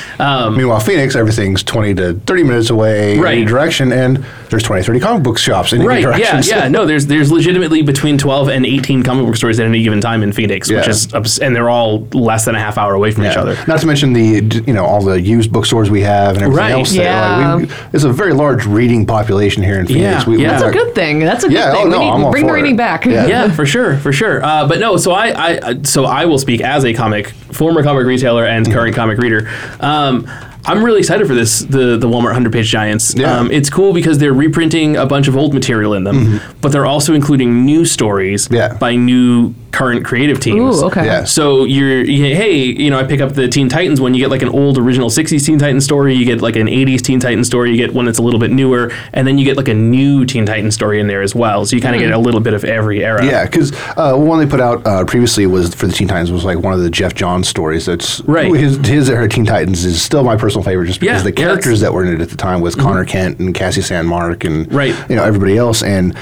Speaker 2: Meanwhile, Phoenix, everything's 20 to 30 minutes away in any
Speaker 1: Um, Right.
Speaker 2: direction, and there's 20, 30 comic book shops in
Speaker 1: Right.
Speaker 2: any direction.
Speaker 1: Yeah. Yeah. No. There's there's legitimately between 12 and 18 comic book stores at any given time in Phoenix, which
Speaker 2: Yeah.
Speaker 1: is obs- and they're all less than a half hour away from each
Speaker 2: Yeah.
Speaker 1: other.
Speaker 2: Not to mention the you know all the used bookstores we have and everything
Speaker 1: Right.
Speaker 2: else. there.
Speaker 3: Yeah.
Speaker 2: Like we, it's a very large reading population here in Phoenix.
Speaker 1: Yeah,
Speaker 2: We,
Speaker 1: yeah.
Speaker 2: We've
Speaker 3: That's a
Speaker 2: got-
Speaker 3: good thing. That's a good
Speaker 2: Yeah, oh,
Speaker 3: thing. We
Speaker 2: no,
Speaker 3: need-
Speaker 2: I'm all
Speaker 3: bring the
Speaker 2: for it.
Speaker 3: reading back.
Speaker 2: Yeah.
Speaker 1: yeah, for sure, for sure. Uh, but no, so I, I, I- so I will speak as a comic, former comic retailer and current comic reader. Um, I'm really excited for this, the the Walmart hundred page giants.
Speaker 2: Yeah.
Speaker 1: Um, it's cool because they're reprinting a bunch of old material in them, but they're also including new stories
Speaker 2: Mm-hmm. Yeah.
Speaker 1: by new current creative teams.
Speaker 3: Ooh, okay.
Speaker 2: Yeah.
Speaker 1: So you're, you, hey, you know, I pick up the Teen Titans one. You get like an old original '60s Teen Titans story. You get like an '80s Teen Titans story. You get one that's a little bit newer, and then you get like a new Teen Titans story in there as well. So you kind of get a little bit of every era.
Speaker 2: Hmm. Yeah, because uh, one they put out uh, previously was for the Teen Titans was like one of the Jeff Johns stories. That's
Speaker 1: Right.
Speaker 2: His his or her Teen Titans is still my personal favorite, just because
Speaker 1: Yeah,
Speaker 2: the
Speaker 1: yeah,
Speaker 2: characters that were in it at the time was Connor Kent and Cassie Sandmark and
Speaker 1: Right.
Speaker 2: you know everybody else and.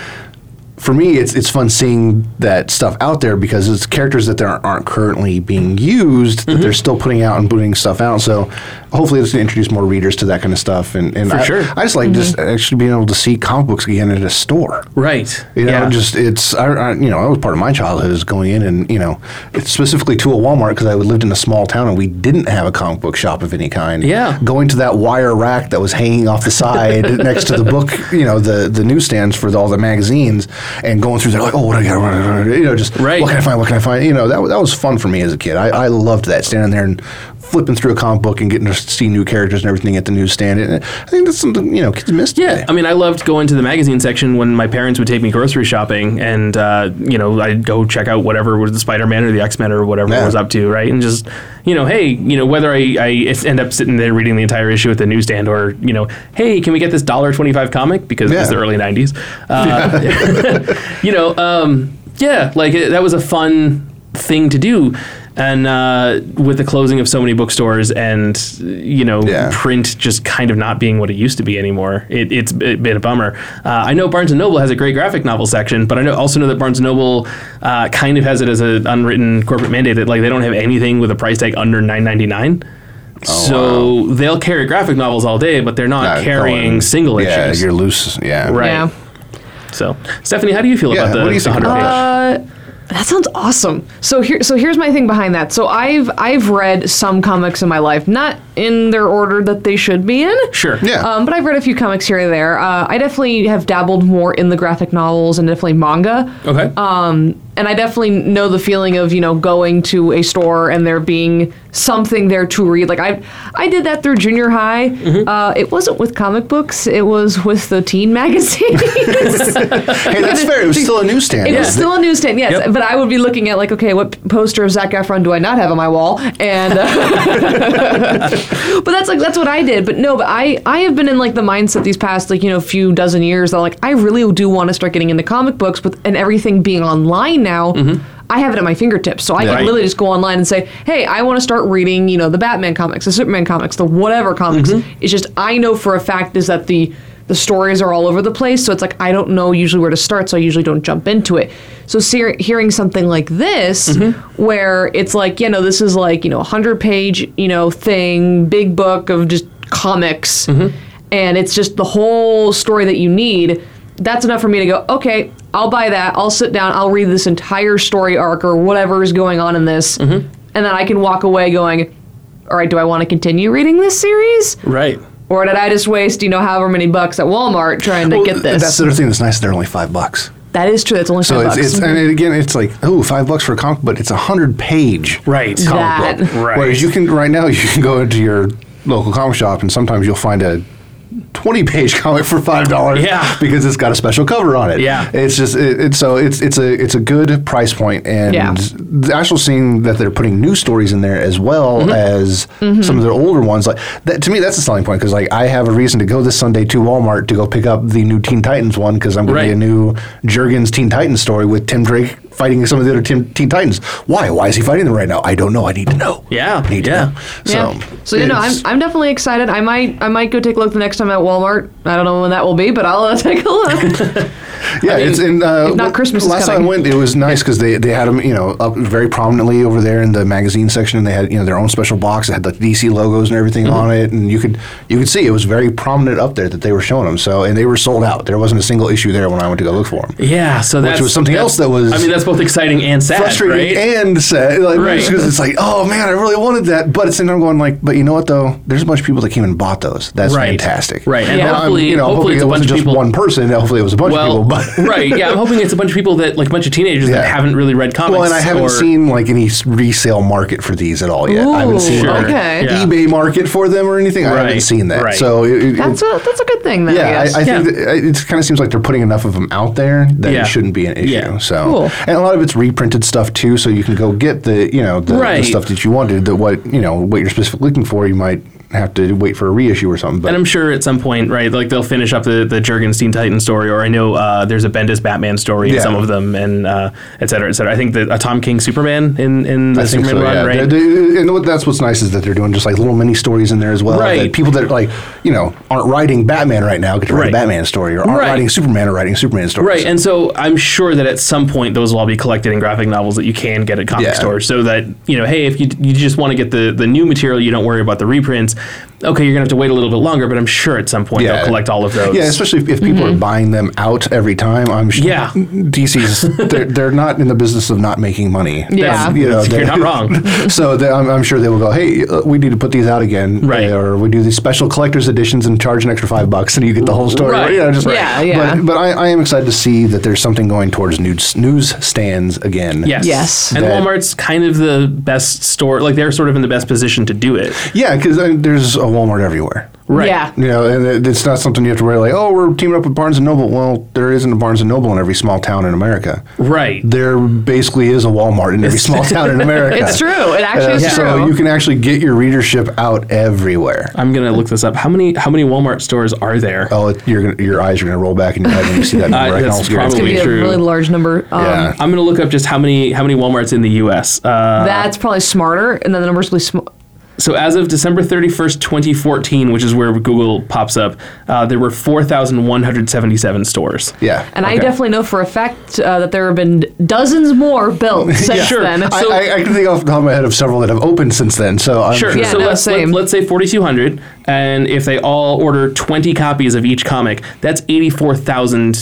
Speaker 2: For me, it's it's fun seeing that stuff out there because it's characters that there aren't currently being used that
Speaker 1: Mm-hmm.
Speaker 2: they're still putting out and putting stuff out. So hopefully, it's going to introduce more readers to that kind of stuff. And, and
Speaker 1: For
Speaker 2: I,
Speaker 1: sure. Mm-hmm.
Speaker 2: I just like just actually being able to see comic books again at a store.
Speaker 1: Right.
Speaker 2: You know,
Speaker 1: yeah.
Speaker 2: just it's I, I you know that was part of my childhood is going in and you know specifically to a Walmart because I lived in a small town and we didn't have a comic book shop of any kind.
Speaker 1: Yeah.
Speaker 2: going to that wire rack that was hanging off the side next to the book, you know, the the newsstands for all the magazines, and going through there like, oh, what do I got? You know, just
Speaker 1: Right.
Speaker 2: what can I find? What can I find? You know, that wa- that was fun for me as a kid. I, I loved that standing there and flipping through a comic book and getting to see new characters and everything at the newsstand. And I think that's something you know kids missed.
Speaker 1: yeah,
Speaker 2: today.
Speaker 1: I mean, I loved going to the magazine section when my parents would take me grocery shopping, and uh, you know, I'd go check out whatever was the Spider Man or the X Men or whatever
Speaker 2: Yeah.
Speaker 1: I was up to, right? And just, you know, hey, you know, whether I, I if- end up sitting there reading the entire issue at the newsstand, or you know, hey, can we get this dollar twenty five comic because it was
Speaker 2: Yeah.
Speaker 1: the early nineties, uh, you know, um, yeah, like it, that was a fun thing to do. And uh, with the closing of so many bookstores and, you know,
Speaker 2: Yeah.
Speaker 1: print just kind of not being what it used to be anymore. It, it's b- been a bummer. Uh, I know Barnes and Noble has a great graphic novel section, but I know, also know that Barnes and Noble uh, kind of has it as an unwritten corporate mandate that like they don't have anything with a price tag under nine ninety nine.
Speaker 2: Oh,
Speaker 1: so they'll carry graphic novels all day, but they're not
Speaker 2: Not
Speaker 1: carrying
Speaker 2: going-
Speaker 1: single
Speaker 2: yeah,
Speaker 1: issues.
Speaker 2: you're loose. Yeah,
Speaker 1: Right.
Speaker 3: Yeah.
Speaker 1: So, Stephanie, how do you feel
Speaker 2: Yeah,
Speaker 1: about the,
Speaker 2: what do you
Speaker 1: the
Speaker 2: think
Speaker 1: 100
Speaker 2: about
Speaker 1: page?
Speaker 2: that?
Speaker 3: Uh, that sounds awesome. So here, so here's my thing behind that. So I've I've read some comics in my life, not in their order that they should be in.
Speaker 1: Sure.
Speaker 2: Yeah.
Speaker 3: Um, but I've read a few comics here and there. Uh, I definitely have dabbled more in the graphic novels and definitely manga.
Speaker 1: Okay.
Speaker 3: Um, and I definitely know the feeling of you know going to a store and there being something there to read. Like I, I did that through junior high. Uh, it wasn't with comic books. It was with the teen magazines.
Speaker 2: Hey, that's fair. It was still a newsstand.
Speaker 3: It was still a newsstand, yes.
Speaker 1: Yep.
Speaker 3: But I would be looking at like, okay, what poster of Zac Efron do I not have on my wall? And uh, but that's like that's what I did. But no, but I I have been in like the mindset these past like you know few dozen years that like I really do want to start getting into comic books, but and everything being online now. I have it at my fingertips, so I
Speaker 1: Mm-hmm. Right.
Speaker 3: can literally just go online and say, "Hey, I want to start reading, you know, the Batman comics, the Superman comics, the whatever comics." It's just I know for a fact is that the the stories are all over the place, so it's like I don't know usually where to start, so I usually don't jump into it. So seer hearing something like this, where it's like, you know, this is like you know, a hundred page, you know, thing, big book of just comics, and it's just the whole story that you need. That's enough for me to go. Okay, I'll buy that. I'll sit down. I'll read this entire story arc or whatever is going on in this,
Speaker 2: Mm-hmm.
Speaker 3: and then I can walk away going, "All right, do I want to continue reading this series?"
Speaker 1: Right.
Speaker 3: Or did I just waste, you know, however many bucks at Walmart trying to
Speaker 2: Well,
Speaker 3: get this?
Speaker 2: That's the other thing that's nice. They're only five bucks.
Speaker 3: that is true. That's only
Speaker 2: So
Speaker 3: five
Speaker 2: it's,
Speaker 3: bucks.
Speaker 2: it's and it, again, it's like oh, five bucks for a comic, but it's a hundred page
Speaker 1: Right.
Speaker 2: comic book.
Speaker 1: That. Right.
Speaker 2: Whereas you can right now you can go into your local comic shop and sometimes you'll find a 20 page comic for $5
Speaker 1: Yeah.
Speaker 2: because it's got a special cover on it.
Speaker 1: Yeah.
Speaker 2: It's just, it, it's so it's, it's a, it's a good price point and
Speaker 3: Yeah.
Speaker 2: the actual seeing that they're putting new stories in there as well
Speaker 3: Mm-hmm.
Speaker 2: as some of their older ones. Like that, to me, that's a selling point. Cause like I have a reason to go this Sunday to Walmart to go pick up the new Teen Titans one. Cause I'm going
Speaker 1: Right.
Speaker 2: to be a new Jurgens Teen Titans story with Tim Drake fighting some of the other Tim, Teen Titans. Why? Why is he fighting them right now? I don't know. I need to know.
Speaker 1: Yeah,
Speaker 2: I need to
Speaker 1: yeah.
Speaker 2: know. So,
Speaker 3: Yeah. So you know, I'm,
Speaker 2: it's-
Speaker 3: I'm definitely excited. I might I might go take a look the next time at Walmart. I don't know when that will be, but I'll uh, take a look.
Speaker 2: Yeah, it's in. Uh,
Speaker 3: if not,
Speaker 2: wh-
Speaker 3: Christmas is
Speaker 2: Last time I
Speaker 3: coming.
Speaker 2: went, it was nice because they, they had them, you know, up very prominently over there in the magazine section, and they had you know their own special box that had like DC logos and
Speaker 1: Mm-hmm.
Speaker 2: everything on it, and you could you could see it was very prominent up there that they were showing them. So, and they were sold out. There wasn't a single issue there when I went to go look for them.
Speaker 1: Yeah, so that's
Speaker 2: was something else that was
Speaker 1: I mean, that's both exciting and sad,
Speaker 2: Frustrating
Speaker 1: right?
Speaker 2: and sad, like
Speaker 1: Right.
Speaker 2: because it's like, oh man, I really wanted that, but it's and I'm going like, but you know what though? There's a bunch of people that came and bought those. That's
Speaker 1: Right.
Speaker 2: fantastic,
Speaker 1: Right. And
Speaker 2: I'm-
Speaker 1: hopefully-
Speaker 2: you know,
Speaker 1: hopefully it's
Speaker 2: it
Speaker 1: a bunch
Speaker 2: wasn't
Speaker 1: of
Speaker 2: just
Speaker 1: people-
Speaker 2: one person. Hopefully, it was a bunch
Speaker 1: well,
Speaker 2: of people, but
Speaker 1: right? Yeah, I'm hoping it's a bunch of people that like a bunch of teenagers that
Speaker 2: Yeah.
Speaker 1: haven't really read comics.
Speaker 2: Well, and I haven't
Speaker 1: or-
Speaker 2: seen like any s- resale market for these at all yet. I haven't
Speaker 3: Ooh,
Speaker 2: seen
Speaker 1: Sure.
Speaker 2: like,
Speaker 3: okay.
Speaker 1: Yeah.
Speaker 2: eBay market for them or anything. I haven't
Speaker 1: Right,
Speaker 2: seen that.
Speaker 1: right.
Speaker 2: So it, it-
Speaker 3: that's a that's a good thing. Then, I
Speaker 2: yeah, I,
Speaker 3: guess.
Speaker 2: I think
Speaker 1: Yeah.
Speaker 2: that it kind of seems like they're putting enough of them out there that
Speaker 1: Yeah.
Speaker 2: it shouldn't be an issue.
Speaker 1: Yeah.
Speaker 2: So,
Speaker 3: Cool.
Speaker 2: and a lot of it's reprinted stuff too, so you can go get the you know the, the
Speaker 1: Right.
Speaker 2: stuff that you wanted. That what you know what you're specifically looking for, you might have to wait for a reissue or something. But
Speaker 1: And I'm sure at some point, right? Like they'll finish up the the Jurgens Teen Titan story, or I know uh, there's a Bendis Batman story in
Speaker 2: Yeah.
Speaker 1: some of them, and uh, et cetera, et cetera. I think the a Tom King Superman in in the
Speaker 2: I think
Speaker 1: Superman
Speaker 2: so,
Speaker 1: run,
Speaker 2: yeah.
Speaker 1: right?
Speaker 2: They- they- and what- that's what's nice is that they're doing just like little mini stories in there as well.
Speaker 1: Right.
Speaker 2: That people that like you know aren't writing Batman right now get to write
Speaker 1: Right.
Speaker 2: a Batman story, or aren't
Speaker 1: Right.
Speaker 2: writing Superman or writing Superman stories.
Speaker 1: Right, and so I'm sure that at some point those will all be collected in graphic novels that you can get at comic
Speaker 2: Yeah.
Speaker 1: stores. So that you know, hey, if you you just want to get the the new material, you don't worry about the reprints. Okay, you're gonna have to wait a little bit longer, but I'm sure at some point
Speaker 2: Yeah.
Speaker 1: they'll collect all of those.
Speaker 2: Yeah, especially if, if people are buying them out every time. I'm sure.
Speaker 1: Mm-hmm. Yeah.
Speaker 2: DC's they're, they're not in the business of not making money.
Speaker 3: Yeah.
Speaker 2: you know,
Speaker 1: You're
Speaker 2: they-
Speaker 1: not wrong.
Speaker 2: so they, I'm, I'm sure they will go, hey, uh, we need to put these out again,
Speaker 1: Right.
Speaker 2: uh, Or we do these special collectors editions and charge an extra five bucks, and you get the whole story.
Speaker 1: Right.
Speaker 2: You know, just-
Speaker 3: Yeah, yeah.
Speaker 2: But, but I, I am excited to see that there's something going towards news newsstands again.
Speaker 1: Yes.
Speaker 3: Yes.
Speaker 1: And
Speaker 2: That-
Speaker 1: Walmart's kind of the best store. Like they're sort of in the best position to do it.
Speaker 2: Yeah, because I mean, there's a Walmart everywhere.
Speaker 1: Right.
Speaker 3: Yeah.
Speaker 2: You know, and it- it's not something you have to worry like, oh, we're teaming up with Barnes and Noble. Well, there isn't a Barnes and Noble in every small town in America.
Speaker 1: Right.
Speaker 2: There basically is a Walmart in every small town in America.
Speaker 3: It's true. It actually
Speaker 2: Uh,
Speaker 3: is
Speaker 2: so
Speaker 3: true.
Speaker 2: you can actually get your readership out everywhere.
Speaker 1: I'm gonna look this up. How many how many Walmart stores are there?
Speaker 2: Oh, it, you're gonna, your eyes are going to roll back in your head when you see that number. I can
Speaker 1: that's
Speaker 2: almost guarantee
Speaker 3: it's gonna
Speaker 1: probably
Speaker 3: be
Speaker 1: true.
Speaker 3: a really large number. Um,
Speaker 2: Yeah.
Speaker 1: I'm gonna look up just how many how many WalMarts in the U.S. Uh,
Speaker 3: That's probably smarter, and then the numbers will be sm-
Speaker 1: so as of December 31st, 2014, which is where Google pops up, uh, there were 4,177 stores.
Speaker 2: Yeah.
Speaker 3: And I
Speaker 2: okay.
Speaker 3: definitely know for a fact uh, that there have been dozens more built since
Speaker 1: Sure.
Speaker 3: then.
Speaker 1: I-
Speaker 3: So-
Speaker 2: I, I, I can think off the top of my head of several that have opened since then. So I'm
Speaker 1: Sure.
Speaker 2: sure.
Speaker 3: Yeah,
Speaker 1: so
Speaker 3: no,
Speaker 1: let's,
Speaker 3: same.
Speaker 1: Let, us say 4,200, and if they all order 20 copies of each comic, that's 84,000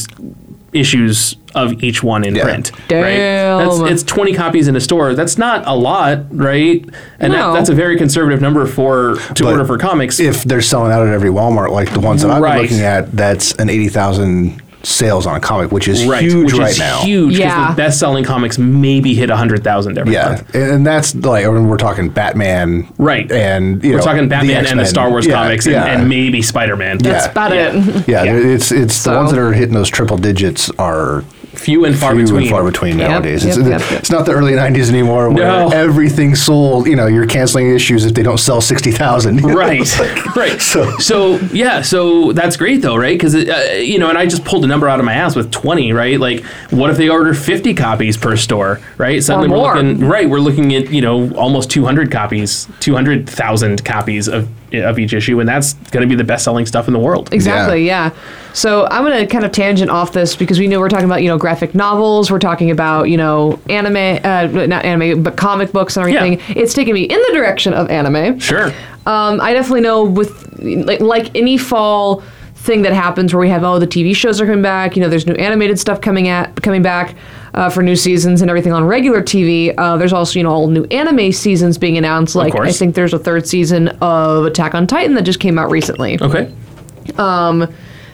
Speaker 1: issues of each one in
Speaker 2: Yeah.
Speaker 1: print.
Speaker 3: Damn.
Speaker 1: Right? That's, it's 20 copies in a store. That's not a lot, right? And that,
Speaker 3: No.
Speaker 1: that's a very conservative number for to
Speaker 2: But
Speaker 1: order for comics.
Speaker 2: if they're selling out at every Walmart, like the ones that I've
Speaker 1: Right.
Speaker 2: been looking at, that's an eighty thousand sales on a comic, which is
Speaker 1: right,
Speaker 2: huge
Speaker 1: which
Speaker 2: right
Speaker 1: is
Speaker 2: now.
Speaker 1: huge because
Speaker 3: Yeah.
Speaker 1: the best-selling comics maybe hit 100,000 every
Speaker 2: Yeah,
Speaker 1: month.
Speaker 2: and, and that's like I mean, we're talking Batman,
Speaker 1: Right.
Speaker 2: And you
Speaker 1: We're
Speaker 2: know,
Speaker 1: talking
Speaker 2: the
Speaker 1: Batman and the
Speaker 2: X-Men.
Speaker 1: Star Wars
Speaker 2: Yeah,
Speaker 1: comics and,
Speaker 2: yeah.
Speaker 1: and maybe Spider-Man.
Speaker 3: that's
Speaker 2: yeah,
Speaker 3: about it.
Speaker 2: Yeah,
Speaker 1: Yeah.
Speaker 2: it's it's
Speaker 3: So-
Speaker 2: the ones that are hitting those triple digits are
Speaker 1: Few and far
Speaker 2: few
Speaker 1: between.
Speaker 2: and far between
Speaker 3: Yep,
Speaker 2: nowadays.
Speaker 3: yep,
Speaker 2: it's,
Speaker 3: yep, yep.
Speaker 2: it's not the early '90s anymore, where
Speaker 1: No.
Speaker 2: everything sold. You know, you're canceling issues if they don't sell sixty thousand.
Speaker 1: right right so,
Speaker 2: so-
Speaker 1: yeah so that's great though right because uh, you know and i just pulled a number out of my ass with 20 right like what if they order 50 copies per store right suddenly
Speaker 3: more.
Speaker 1: we're looking right we're looking at you know almost 200 copies 200000 copies of of each issue and that's going to be the best selling stuff in the world
Speaker 3: Exactly, yeah. So I'm going to kind of tangent off this because we know we're talking about, you know, graphic novels, we're talking about, you know, anime, uh, not anime, but comic books and
Speaker 1: Yeah.
Speaker 3: everything. It's taking me in the direction of anime.
Speaker 1: sure
Speaker 3: Um, I definitely know with like, like any fall thing that happens where we have oh the TV shows are coming back. You know, there's new animated stuff coming at coming back uh, for new seasons and everything on regular TV. Uh, there's also you know all new anime seasons being announced. Like I
Speaker 1: course.
Speaker 3: think there's a third season of Attack on Titan that just came out recently.
Speaker 1: okay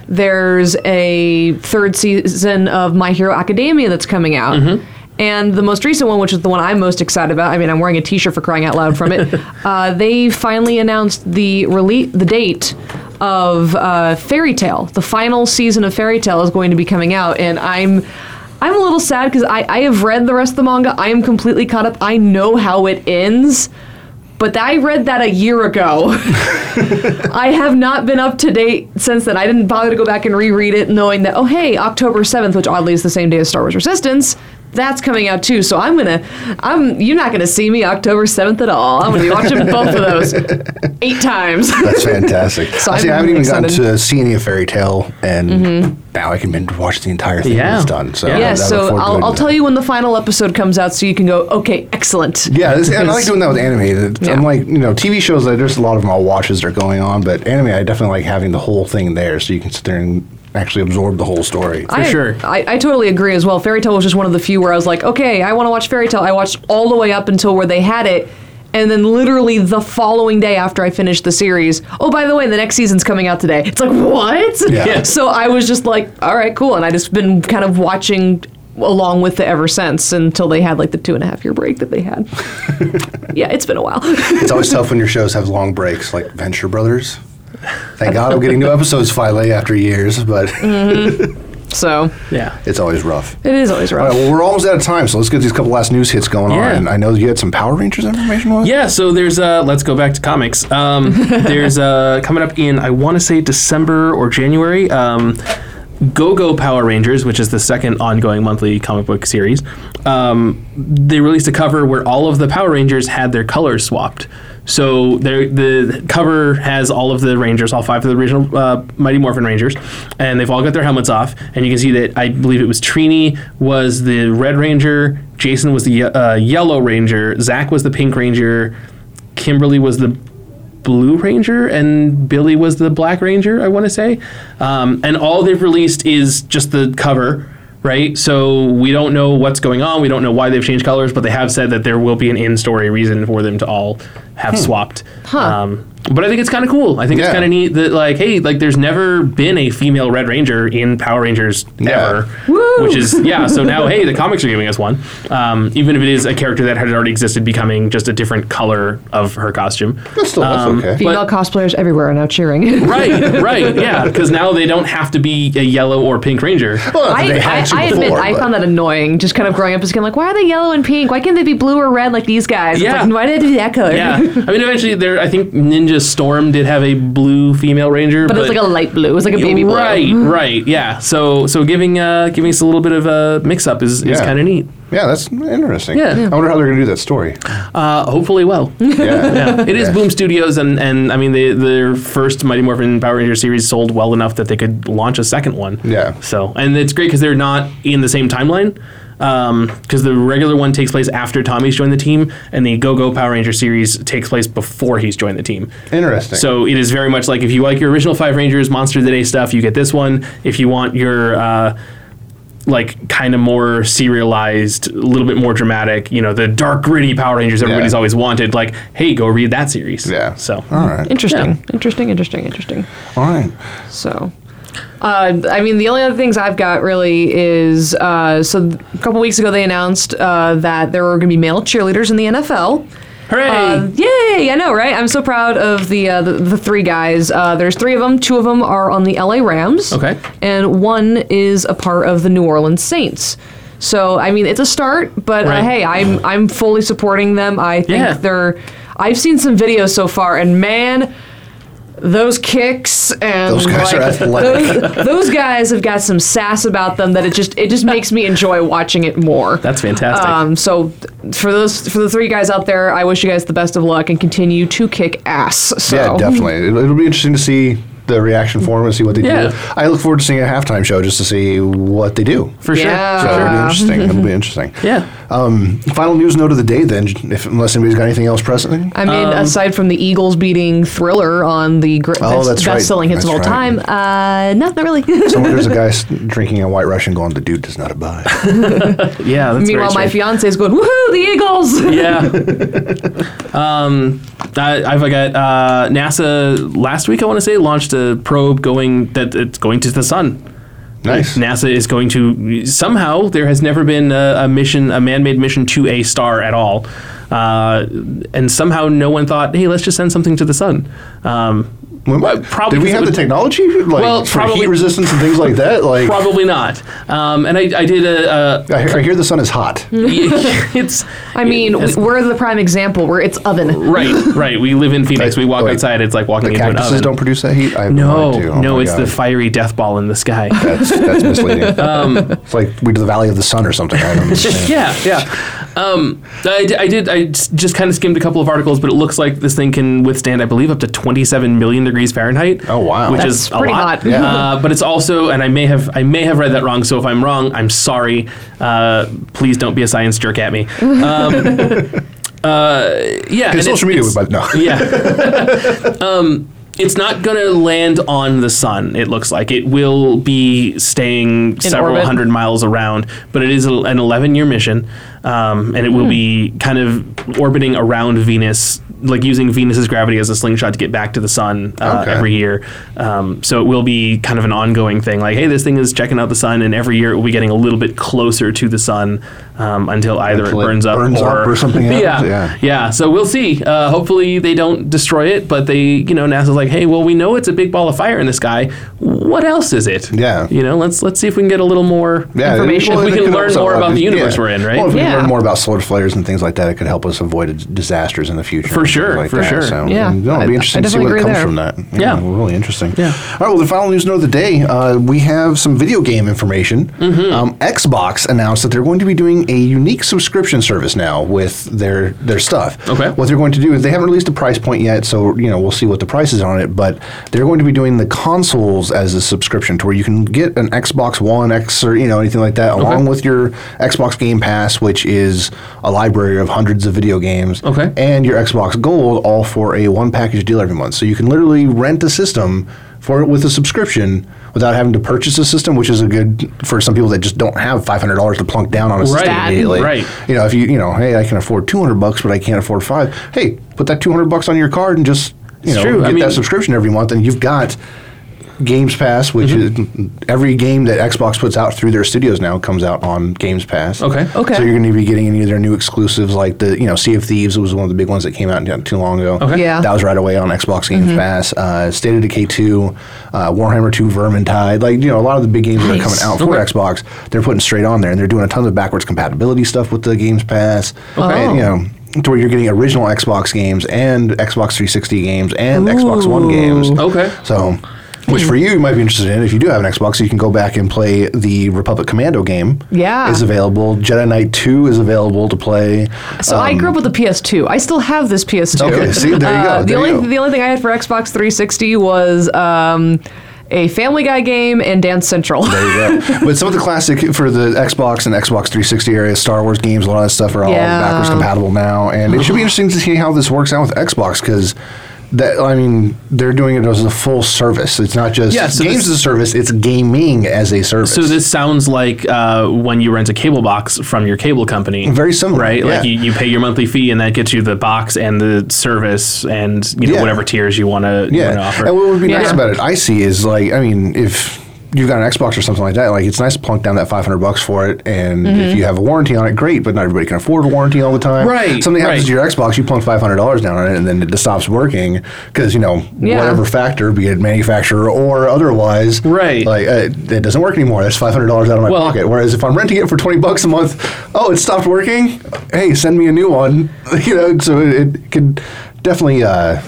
Speaker 3: There's a third season of My Hero Academia that's coming out. And the most recent one, which is the one I'm most excited about, I mean, I'm wearing a T-shirt for crying out loud from it. uh, they finally announced the release, the date of uh, Fairy Tale. The final season of Fairy Tale is going to be coming out, and I'm. I'm a little sad because I, I have read the rest of the manga. I am completely caught up. I know how it ends, but I read that a year ago. I have not been up to date since then. I didn't bother to go back and reread it, knowing that oh hey, October seventh, which oddly is the same day as Star Wars Resistance, that's coming out too. So I'm gonna, I'm you're not gonna see me October seventh at all. I'm gonna be watching both of those eight times.
Speaker 2: That's fantastic.
Speaker 3: So
Speaker 2: See, I
Speaker 3: I'm
Speaker 2: haven't even gotten
Speaker 3: excited.
Speaker 2: to see any of Fairy Tale, and now I can binge watch the entire thing when
Speaker 1: Yeah.
Speaker 2: it's done. So
Speaker 1: Yeah.
Speaker 3: yeah,
Speaker 2: I look
Speaker 3: so
Speaker 2: forward to
Speaker 3: I'll,
Speaker 2: doing
Speaker 3: I'll
Speaker 2: that.
Speaker 3: tell you when the final episode comes out, so you can go okay, excellent.
Speaker 2: Yeah, this, and I like
Speaker 3: Because-
Speaker 2: doing that with anime. That-
Speaker 3: Yeah.
Speaker 2: Unlike you know TV shows, like, there's a lot of them I'll watch as they're going on, but anime I definitely like having the whole thing there, so you can sit there and actually absorb the whole story.
Speaker 1: For
Speaker 3: I,
Speaker 1: sure.
Speaker 3: I, I totally agree as well. Fairy Tale was just one of the few where I was like, okay, I want to watch Fairy Tale. I watched all the way up until where they had it. And then literally the following day after I finished the series, oh, by the way, the next season's coming out today. It's like, what?
Speaker 2: Yeah. Yeah.
Speaker 3: So I was just like, all right, cool. And I just been kind of watching along with it ever since until they had like the two and a half year break that they had. yeah, it's been a while.
Speaker 2: it's always tough when your shows have long breaks, like Venture Brothers. Thank God I'm getting new episodes finally after years, but
Speaker 3: so
Speaker 1: Yeah.
Speaker 2: it's always rough.
Speaker 3: it is always
Speaker 2: All
Speaker 3: rough.
Speaker 2: right, well, we're almost out of time, so let's get these couple last news hits going
Speaker 1: Yeah.
Speaker 2: on. And I know you had some Power Rangers information on it?
Speaker 1: Yeah, so there's uh let's go back to comics. Um there's uh coming up in I want to say December or January. Um Go-Go Power Rangers, which is the second ongoing monthly comic book series, um, they released a cover where all of the Power Rangers had their colors swapped. So there- the cover has all of the Rangers, all five of the original uh, Mighty Morphin Rangers, and they've all got their helmets off. And you can see that I believe it was Trini was the Red Ranger, Jason was the ye- uh, Yellow Ranger, Zach was the Pink Ranger, Kimberly was the Blue Ranger and Billy was the Black Ranger, I want to say. Um, and all they've released is just the cover, right? So we don't know what's going on. We don't know why they've changed colors, but they have said that there will be an in story reason for them to all have swapped. Um, but I think it's kind of cool. I think
Speaker 2: Hmm. Yeah.
Speaker 1: it's kind of neat that, like, hey, like, there's never been a female Red Ranger in Power Rangers
Speaker 2: Yeah.
Speaker 1: ever,
Speaker 3: Woo!
Speaker 1: which is yeah. So now, hey, the comics are giving us one, um, even if it is a character that had already existed, becoming just a different color of her costume.
Speaker 2: That's still that's okay.
Speaker 3: Female cosplayers everywhere are now cheering.
Speaker 1: Um, Right, right, yeah, because now they don't have to be a yellow or pink ranger.
Speaker 2: Well,
Speaker 3: I,
Speaker 2: they had to
Speaker 3: I, I admit,
Speaker 2: before,
Speaker 3: I
Speaker 2: but-
Speaker 3: found that annoying. Just kind of growing up as a kid, like, why are they yellow and pink? Why can't they be blue or red like these guys? It's
Speaker 1: Yeah.
Speaker 3: like, why did they do that color?
Speaker 1: Yeah, I mean, eventually, there. I think Ninja Storm did have a blue female ranger,
Speaker 3: but, it's like a light blue. It was like a baby blue. Mm-hmm.
Speaker 1: right, right, yeah. So, so giving uh, giving us a little bit of a mix up is, is
Speaker 2: Yeah.
Speaker 1: kind of neat.
Speaker 2: Yeah, that's interesting.
Speaker 1: Yeah. Yeah.
Speaker 2: I wonder how they're going to do that story.
Speaker 1: Uh, hopefully, well.
Speaker 2: Yeah.
Speaker 1: yeah. It is Boom Studios, and, and I mean, they, their first Mighty Morphin Power Ranger series sold well enough that they could launch a second one.
Speaker 2: Yeah.
Speaker 1: So, and it's great because they're not in the same timeline. Because the regular one takes place after Tommy's joined the team, and the Go Go Power Ranger series takes place before he's joined the team.
Speaker 2: Interesting.
Speaker 1: So it is very much like if you like your original Five Rangers Monster of the Day stuff, you get this one. If you want your uh, like kind of more serialized, a little bit more dramatic, you know, the dark gritty Power Rangers everybody's
Speaker 2: Yeah.
Speaker 1: always wanted, like, hey, go read that series.
Speaker 2: Yeah.
Speaker 1: So
Speaker 2: All right.
Speaker 3: Interesting.
Speaker 1: Yeah.
Speaker 3: Interesting, interesting, interesting.
Speaker 2: All right.
Speaker 3: So, uh, I mean, the only other things I've got really is uh, so th- a couple weeks ago they announced uh, that there were going to be male cheerleaders in the NFL.
Speaker 1: hooray!
Speaker 3: Uh, yay! I know, right? I'm so proud of the uh, the, the three guys. Uh, there's three of them. Two of them are on the LA Rams.
Speaker 1: Okay.
Speaker 3: And one is a part of the New Orleans Saints. So I mean, it's a start, but
Speaker 1: Right.
Speaker 3: uh, hey, I'm I'm fully supporting them. I think
Speaker 1: Yeah.
Speaker 3: they're. I've seen some videos so far, and man. Those kicks and
Speaker 2: Those guys are
Speaker 3: like,
Speaker 2: athletic.
Speaker 3: those, those guys have got some sass about them that it just it just makes me enjoy watching it more.
Speaker 1: That's fantastic.
Speaker 3: Um, so th- for those for the three guys out there, I wish you guys the best of luck and continue to kick ass. So.
Speaker 2: Yeah, definitely. It'll, it'll be interesting to see the reaction for them and see what they
Speaker 1: Yeah.
Speaker 2: do. I look forward to seeing a halftime show just to see what they do.
Speaker 1: For sure.
Speaker 3: yeah.
Speaker 2: So
Speaker 1: For
Speaker 2: it'll be
Speaker 1: sure.
Speaker 2: interesting. It'll be interesting.
Speaker 1: Uh, Yeah.
Speaker 2: Um, final news note of the day, then, if, unless anybody's got anything else pressing.
Speaker 3: I mean, aside from the Eagles beating Thriller on the gr-
Speaker 2: Oh, that's
Speaker 3: best,
Speaker 2: right.
Speaker 3: selling hits of all
Speaker 2: That's
Speaker 3: time, uh, no, not really.
Speaker 2: Somewhere there's a guy s- drinking a white Russian going, the dude does not abide.
Speaker 1: Yeah. That's very
Speaker 3: Meanwhile, my
Speaker 1: strange.
Speaker 3: fiance is going, "Woohoo, the Eagles!"
Speaker 1: yeah. Um, I, I've got uh, NASA last week. I want to say launched a probe going that it's going to the sun.
Speaker 2: nice.
Speaker 1: NASA is going to somehow there has never been a, a mission, a man-made mission to a star at all, uh, and somehow no one thought, hey, let's just send something to the sun. Um,
Speaker 2: When-
Speaker 1: Well, probably
Speaker 2: did we
Speaker 1: because
Speaker 2: have
Speaker 1: it
Speaker 2: the
Speaker 1: would-
Speaker 2: technology like
Speaker 1: Well,
Speaker 2: for
Speaker 1: probably-
Speaker 2: heat resistance and things like that? Like
Speaker 1: Probably not. Um, and I, I did a. a
Speaker 2: I, I hear the sun is hot.
Speaker 1: Hmm. it's.
Speaker 3: I mean,
Speaker 1: it's-
Speaker 3: we- we're the prime example. We're it's oven.
Speaker 1: right, right. We live in Phoenix. We walk
Speaker 2: Wait,
Speaker 1: outside. It's like walking
Speaker 2: The
Speaker 1: into an
Speaker 2: cactuses
Speaker 1: oven.
Speaker 2: don't produce that heat. I
Speaker 1: no,
Speaker 2: do. Oh
Speaker 1: no,
Speaker 2: my
Speaker 1: it's the
Speaker 2: God.
Speaker 1: fiery death ball in the sky.
Speaker 2: that's, that's misleading. it's like we do the Valley of the Sun or something. I don't understand.
Speaker 1: Um, yeah, yeah. Um, I, d- I did. I s- just kind of skimmed a couple of articles, but it looks like this thing can withstand, I believe, up to 27 million degrees Fahrenheit.
Speaker 2: Oh, wow.
Speaker 1: which
Speaker 3: That's
Speaker 1: is a
Speaker 3: pretty
Speaker 1: lot.
Speaker 3: hot. Yeah.
Speaker 1: Uh, but it's also, and I may have, I may have read that wrong. So if I'm wrong, I'm sorry. Uh, please don't be a science jerk at me. Um, uh, yeah, and
Speaker 2: Because social
Speaker 1: it-
Speaker 2: media
Speaker 1: it's-
Speaker 2: would, but no.
Speaker 1: yeah. um, it's not going to land on the sun, it looks like. It will be staying several
Speaker 3: orbit.
Speaker 1: hundred miles around, but it is a, an 11 year mission, um, and it will be kind of orbiting around Venus, like using Venus's gravity as a slingshot to get back to the sun uh,
Speaker 2: Okay.
Speaker 1: every year. Um, so it will be kind of an ongoing thing. Like, hey, this thing is checking out the sun, and every year it will be getting a little bit closer to the sun um, until either
Speaker 2: Until
Speaker 1: it
Speaker 2: it
Speaker 1: burns up
Speaker 2: burns up
Speaker 1: or,
Speaker 2: or something happens,
Speaker 1: Yeah,
Speaker 2: yeah.
Speaker 1: yeah, so we'll see. Uh, hopefully they don't destroy it, but they, you know, NASA's like, hey, well, we know it's a big ball of fire in the sky. What else is it?
Speaker 2: Yeah.
Speaker 1: you know, let's let's see if we can get a little more
Speaker 2: Yeah,
Speaker 1: information.
Speaker 2: well,
Speaker 1: if
Speaker 2: it
Speaker 1: we can
Speaker 2: could
Speaker 1: learn
Speaker 2: also
Speaker 1: more
Speaker 2: help
Speaker 1: about
Speaker 2: us-
Speaker 1: the universe
Speaker 2: yeah.
Speaker 1: we're in, right?
Speaker 2: Well, if we
Speaker 3: Yeah.
Speaker 2: learn more about solar flares and things like that, it could help us avoid d- disasters in the future. and things
Speaker 1: sure,
Speaker 2: like
Speaker 1: for
Speaker 2: that.
Speaker 1: sure.
Speaker 2: So,
Speaker 3: Yeah.
Speaker 2: and, no,
Speaker 3: I-
Speaker 2: it'd be interesting
Speaker 3: I
Speaker 2: to see what
Speaker 3: definitely
Speaker 2: comes from
Speaker 3: agree
Speaker 2: that.
Speaker 1: Yeah.
Speaker 2: really interesting.
Speaker 1: Yeah.
Speaker 2: All right. Well, the final news note of the day, uh, we have some video game information.
Speaker 1: Mm-hmm.
Speaker 2: Um, Xbox announced that they're going to be doing a unique subscription service now with their their stuff.
Speaker 1: Okay.
Speaker 2: What they're going to do is they haven't released a price point yet, so you know we'll see what the price is on it. But they're going to be doing the consoles as a subscription, to where you can get an Xbox One X or you know anything like that, along with your Xbox Game Pass, which is a library of hundreds of video games.
Speaker 1: Okay.
Speaker 2: And your Xbox Gold, all for a one package deal every month. So you can literally rent a system for it with a subscription without having to purchase a system, which is a good for some people that just don't have five hundred dollars to plunk down on a system
Speaker 1: Right,
Speaker 2: immediately.
Speaker 1: right.
Speaker 2: You know, if you you know, hey, I can afford two hundred bucks, but I can't afford five. Hey, put that two hundred bucks on your card and just you
Speaker 1: It's
Speaker 2: know
Speaker 1: true.
Speaker 2: get
Speaker 1: I mean-
Speaker 2: that subscription every month, and you've got Games Pass, which
Speaker 1: Mm-hmm.
Speaker 2: is every game that Xbox puts out through their studios now comes out on Games Pass.
Speaker 1: Okay.
Speaker 3: Okay.
Speaker 2: So you're going to be getting any of their new exclusives, like the you know Sea of Thieves was one of the big ones that came out not too long ago.
Speaker 1: Okay.
Speaker 3: Yeah. Mm-hmm.
Speaker 2: That was right away on Xbox Games Pass. Uh, State of Decay 2, uh, Warhammer 2, Vermintide, like you know a lot of the big games that are coming
Speaker 3: Nice.
Speaker 2: out for Xbox, they're putting straight on there, and they're doing a ton of backwards compatibility stuff with the Games Pass.
Speaker 3: Okay. Oh.
Speaker 2: And, you know. To where you're getting original Xbox games and Xbox 360 games and Xbox One games.
Speaker 1: Okay.
Speaker 2: So, which for you, you might be interested in. If you do have an Xbox, you can go back and play the Republic Commando game.
Speaker 3: Yeah.
Speaker 2: Is available. Jedi Knight 2 is available to play. Um,
Speaker 3: So I grew up with a PS2. I still have this PS2.
Speaker 2: Okay, see, there you go,
Speaker 3: Uh, the
Speaker 2: there
Speaker 3: only
Speaker 2: you go.
Speaker 3: the only thing I had for Xbox 360 was um, a Family Guy game and Dance Central.
Speaker 2: There you go. but some of the classic for the Xbox and Xbox 360 area, Star Wars games, a lot of stuff are all
Speaker 3: Yeah.
Speaker 2: backwards compatible now, and it should be interesting to see how this works out with Xbox because. That, I mean, they're doing it as a full service. It's not just
Speaker 1: Yeah, so
Speaker 2: games
Speaker 1: this-
Speaker 2: as a service; it's gaming as a service.
Speaker 1: So this sounds like uh, when you rent a cable box from your cable company.
Speaker 2: Very similar,
Speaker 1: right?
Speaker 2: yeah.
Speaker 1: Like you, you pay your monthly fee, and that gets you the box and the service, and you know
Speaker 2: Yeah.
Speaker 1: whatever tiers you want to
Speaker 2: Yeah,
Speaker 1: offer.
Speaker 2: and what would be nice
Speaker 3: Yeah.
Speaker 2: about it, I see, is like, I mean, if you've got an Xbox or something like that, like it's nice to plunk down that five hundred bucks for it, and
Speaker 3: Mm-hmm.
Speaker 2: if you have a warranty on it, great. But not everybody can afford a warranty all the time.
Speaker 1: Right,
Speaker 2: Something happens
Speaker 1: right.
Speaker 2: to your Xbox, you plunk five hundred dollars down on it, and then it just stops working because you know
Speaker 3: Yeah.
Speaker 2: whatever factor, be it manufacturer or otherwise,
Speaker 1: Right.
Speaker 2: Like uh, it doesn't work anymore. That's five hundred dollars out of my
Speaker 1: Well-
Speaker 2: pocket. Whereas if I'm renting it for twenty bucks a month, oh, it stopped working. Hey, send me a new one. you know, so it, it could definitely. Uh,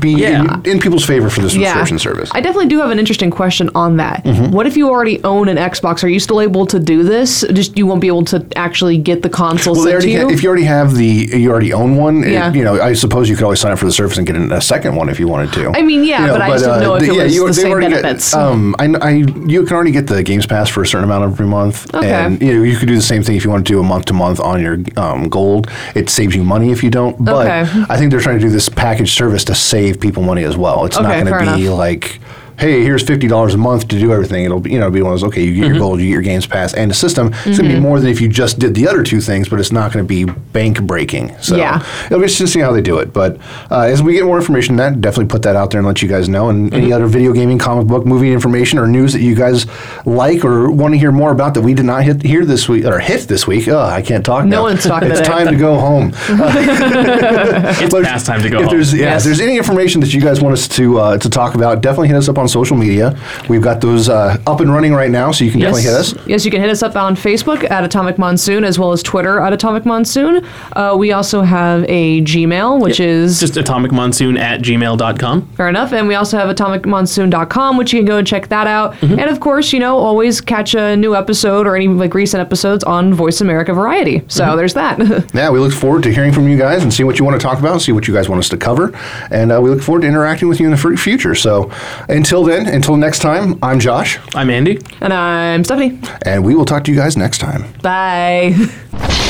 Speaker 2: be
Speaker 1: Yeah.
Speaker 2: in, in people's favor for the
Speaker 3: yeah.
Speaker 2: subscription service. Mm-hmm.
Speaker 3: I definitely do have an interesting question on that. What if you already own an Xbox? Are you still able to do this? Just you won't be able to actually get the console
Speaker 2: well, they
Speaker 3: sent to
Speaker 2: already
Speaker 3: you.
Speaker 2: ha- if you already have the, you already own one. it-
Speaker 3: Yeah.
Speaker 2: you know, I suppose you could always sign up for the service and get an- a second one if you wanted to.
Speaker 3: I mean, yeah,
Speaker 2: You know, uh,
Speaker 3: but I just didn't know if
Speaker 2: the-
Speaker 3: it was the
Speaker 2: they've
Speaker 3: same
Speaker 2: already got-
Speaker 3: benefits.
Speaker 2: um, I, kn- I, you can already get the Games Pass for a certain amount every month,
Speaker 3: Okay.
Speaker 2: and you know, you could do the same thing if you want to do a month to month on your um, gold. It saves you money if you don't. But
Speaker 3: Okay.
Speaker 2: I think they're trying to do this package service to save people money as well. It's
Speaker 3: Okay,
Speaker 2: not going
Speaker 3: fair
Speaker 2: to be
Speaker 3: enough.
Speaker 2: like. hey, here's fifty dollars a month to do everything. It'll be you know it'll be one of those okay, you get
Speaker 3: Mm-hmm.
Speaker 2: your gold, you get your games pass and a system. It's gonna be more than if you just did the other two things, but it's not gonna be bank breaking. So
Speaker 3: Yeah.
Speaker 2: it'll be interesting to see how they do it. But uh, as we get more information, on that definitely put that out there and let you guys know. And any
Speaker 3: Mm-hmm.
Speaker 2: other video gaming, comic book, movie information or news that you guys like or want to hear more about that we did not hit here this week or hit this week. Ugh, I can't talk.
Speaker 3: No
Speaker 2: now.
Speaker 3: one's talking
Speaker 2: It's
Speaker 3: today.
Speaker 2: time to go home.
Speaker 1: It's
Speaker 2: But
Speaker 1: past time to go
Speaker 2: if
Speaker 1: home.
Speaker 2: There's, yeah,
Speaker 3: Yes.
Speaker 2: If there's any information that you guys want us to uh, to talk about, definitely hit us up on social media. We've got those uh, up and running right now, so you can definitely hit us.
Speaker 3: Yes, you can hit us up on Facebook at Atomic Monsoon as well as Twitter at Atomic Monsoon. Uh, we also have a Gmail, which is
Speaker 1: It's just atomicmonsoon at gmail.com.
Speaker 3: fair enough. And we also have atomicmonsoon.com, which you can go and check that out.
Speaker 2: Mm-hmm.
Speaker 3: And of course, you know, always catch a new episode or any like recent episodes on Voice America Variety. So
Speaker 2: Mm-hmm.
Speaker 3: there's that.
Speaker 2: Yeah, we look forward to hearing from you guys and seeing what you want to talk about, see what you guys want us to cover, and uh, we look forward to interacting with you in the fr- future. So until then, until next time, I'm Josh,
Speaker 1: I'm Andy.
Speaker 3: and I'm Stephanie.
Speaker 2: and we will talk to you guys next time.
Speaker 3: Bye.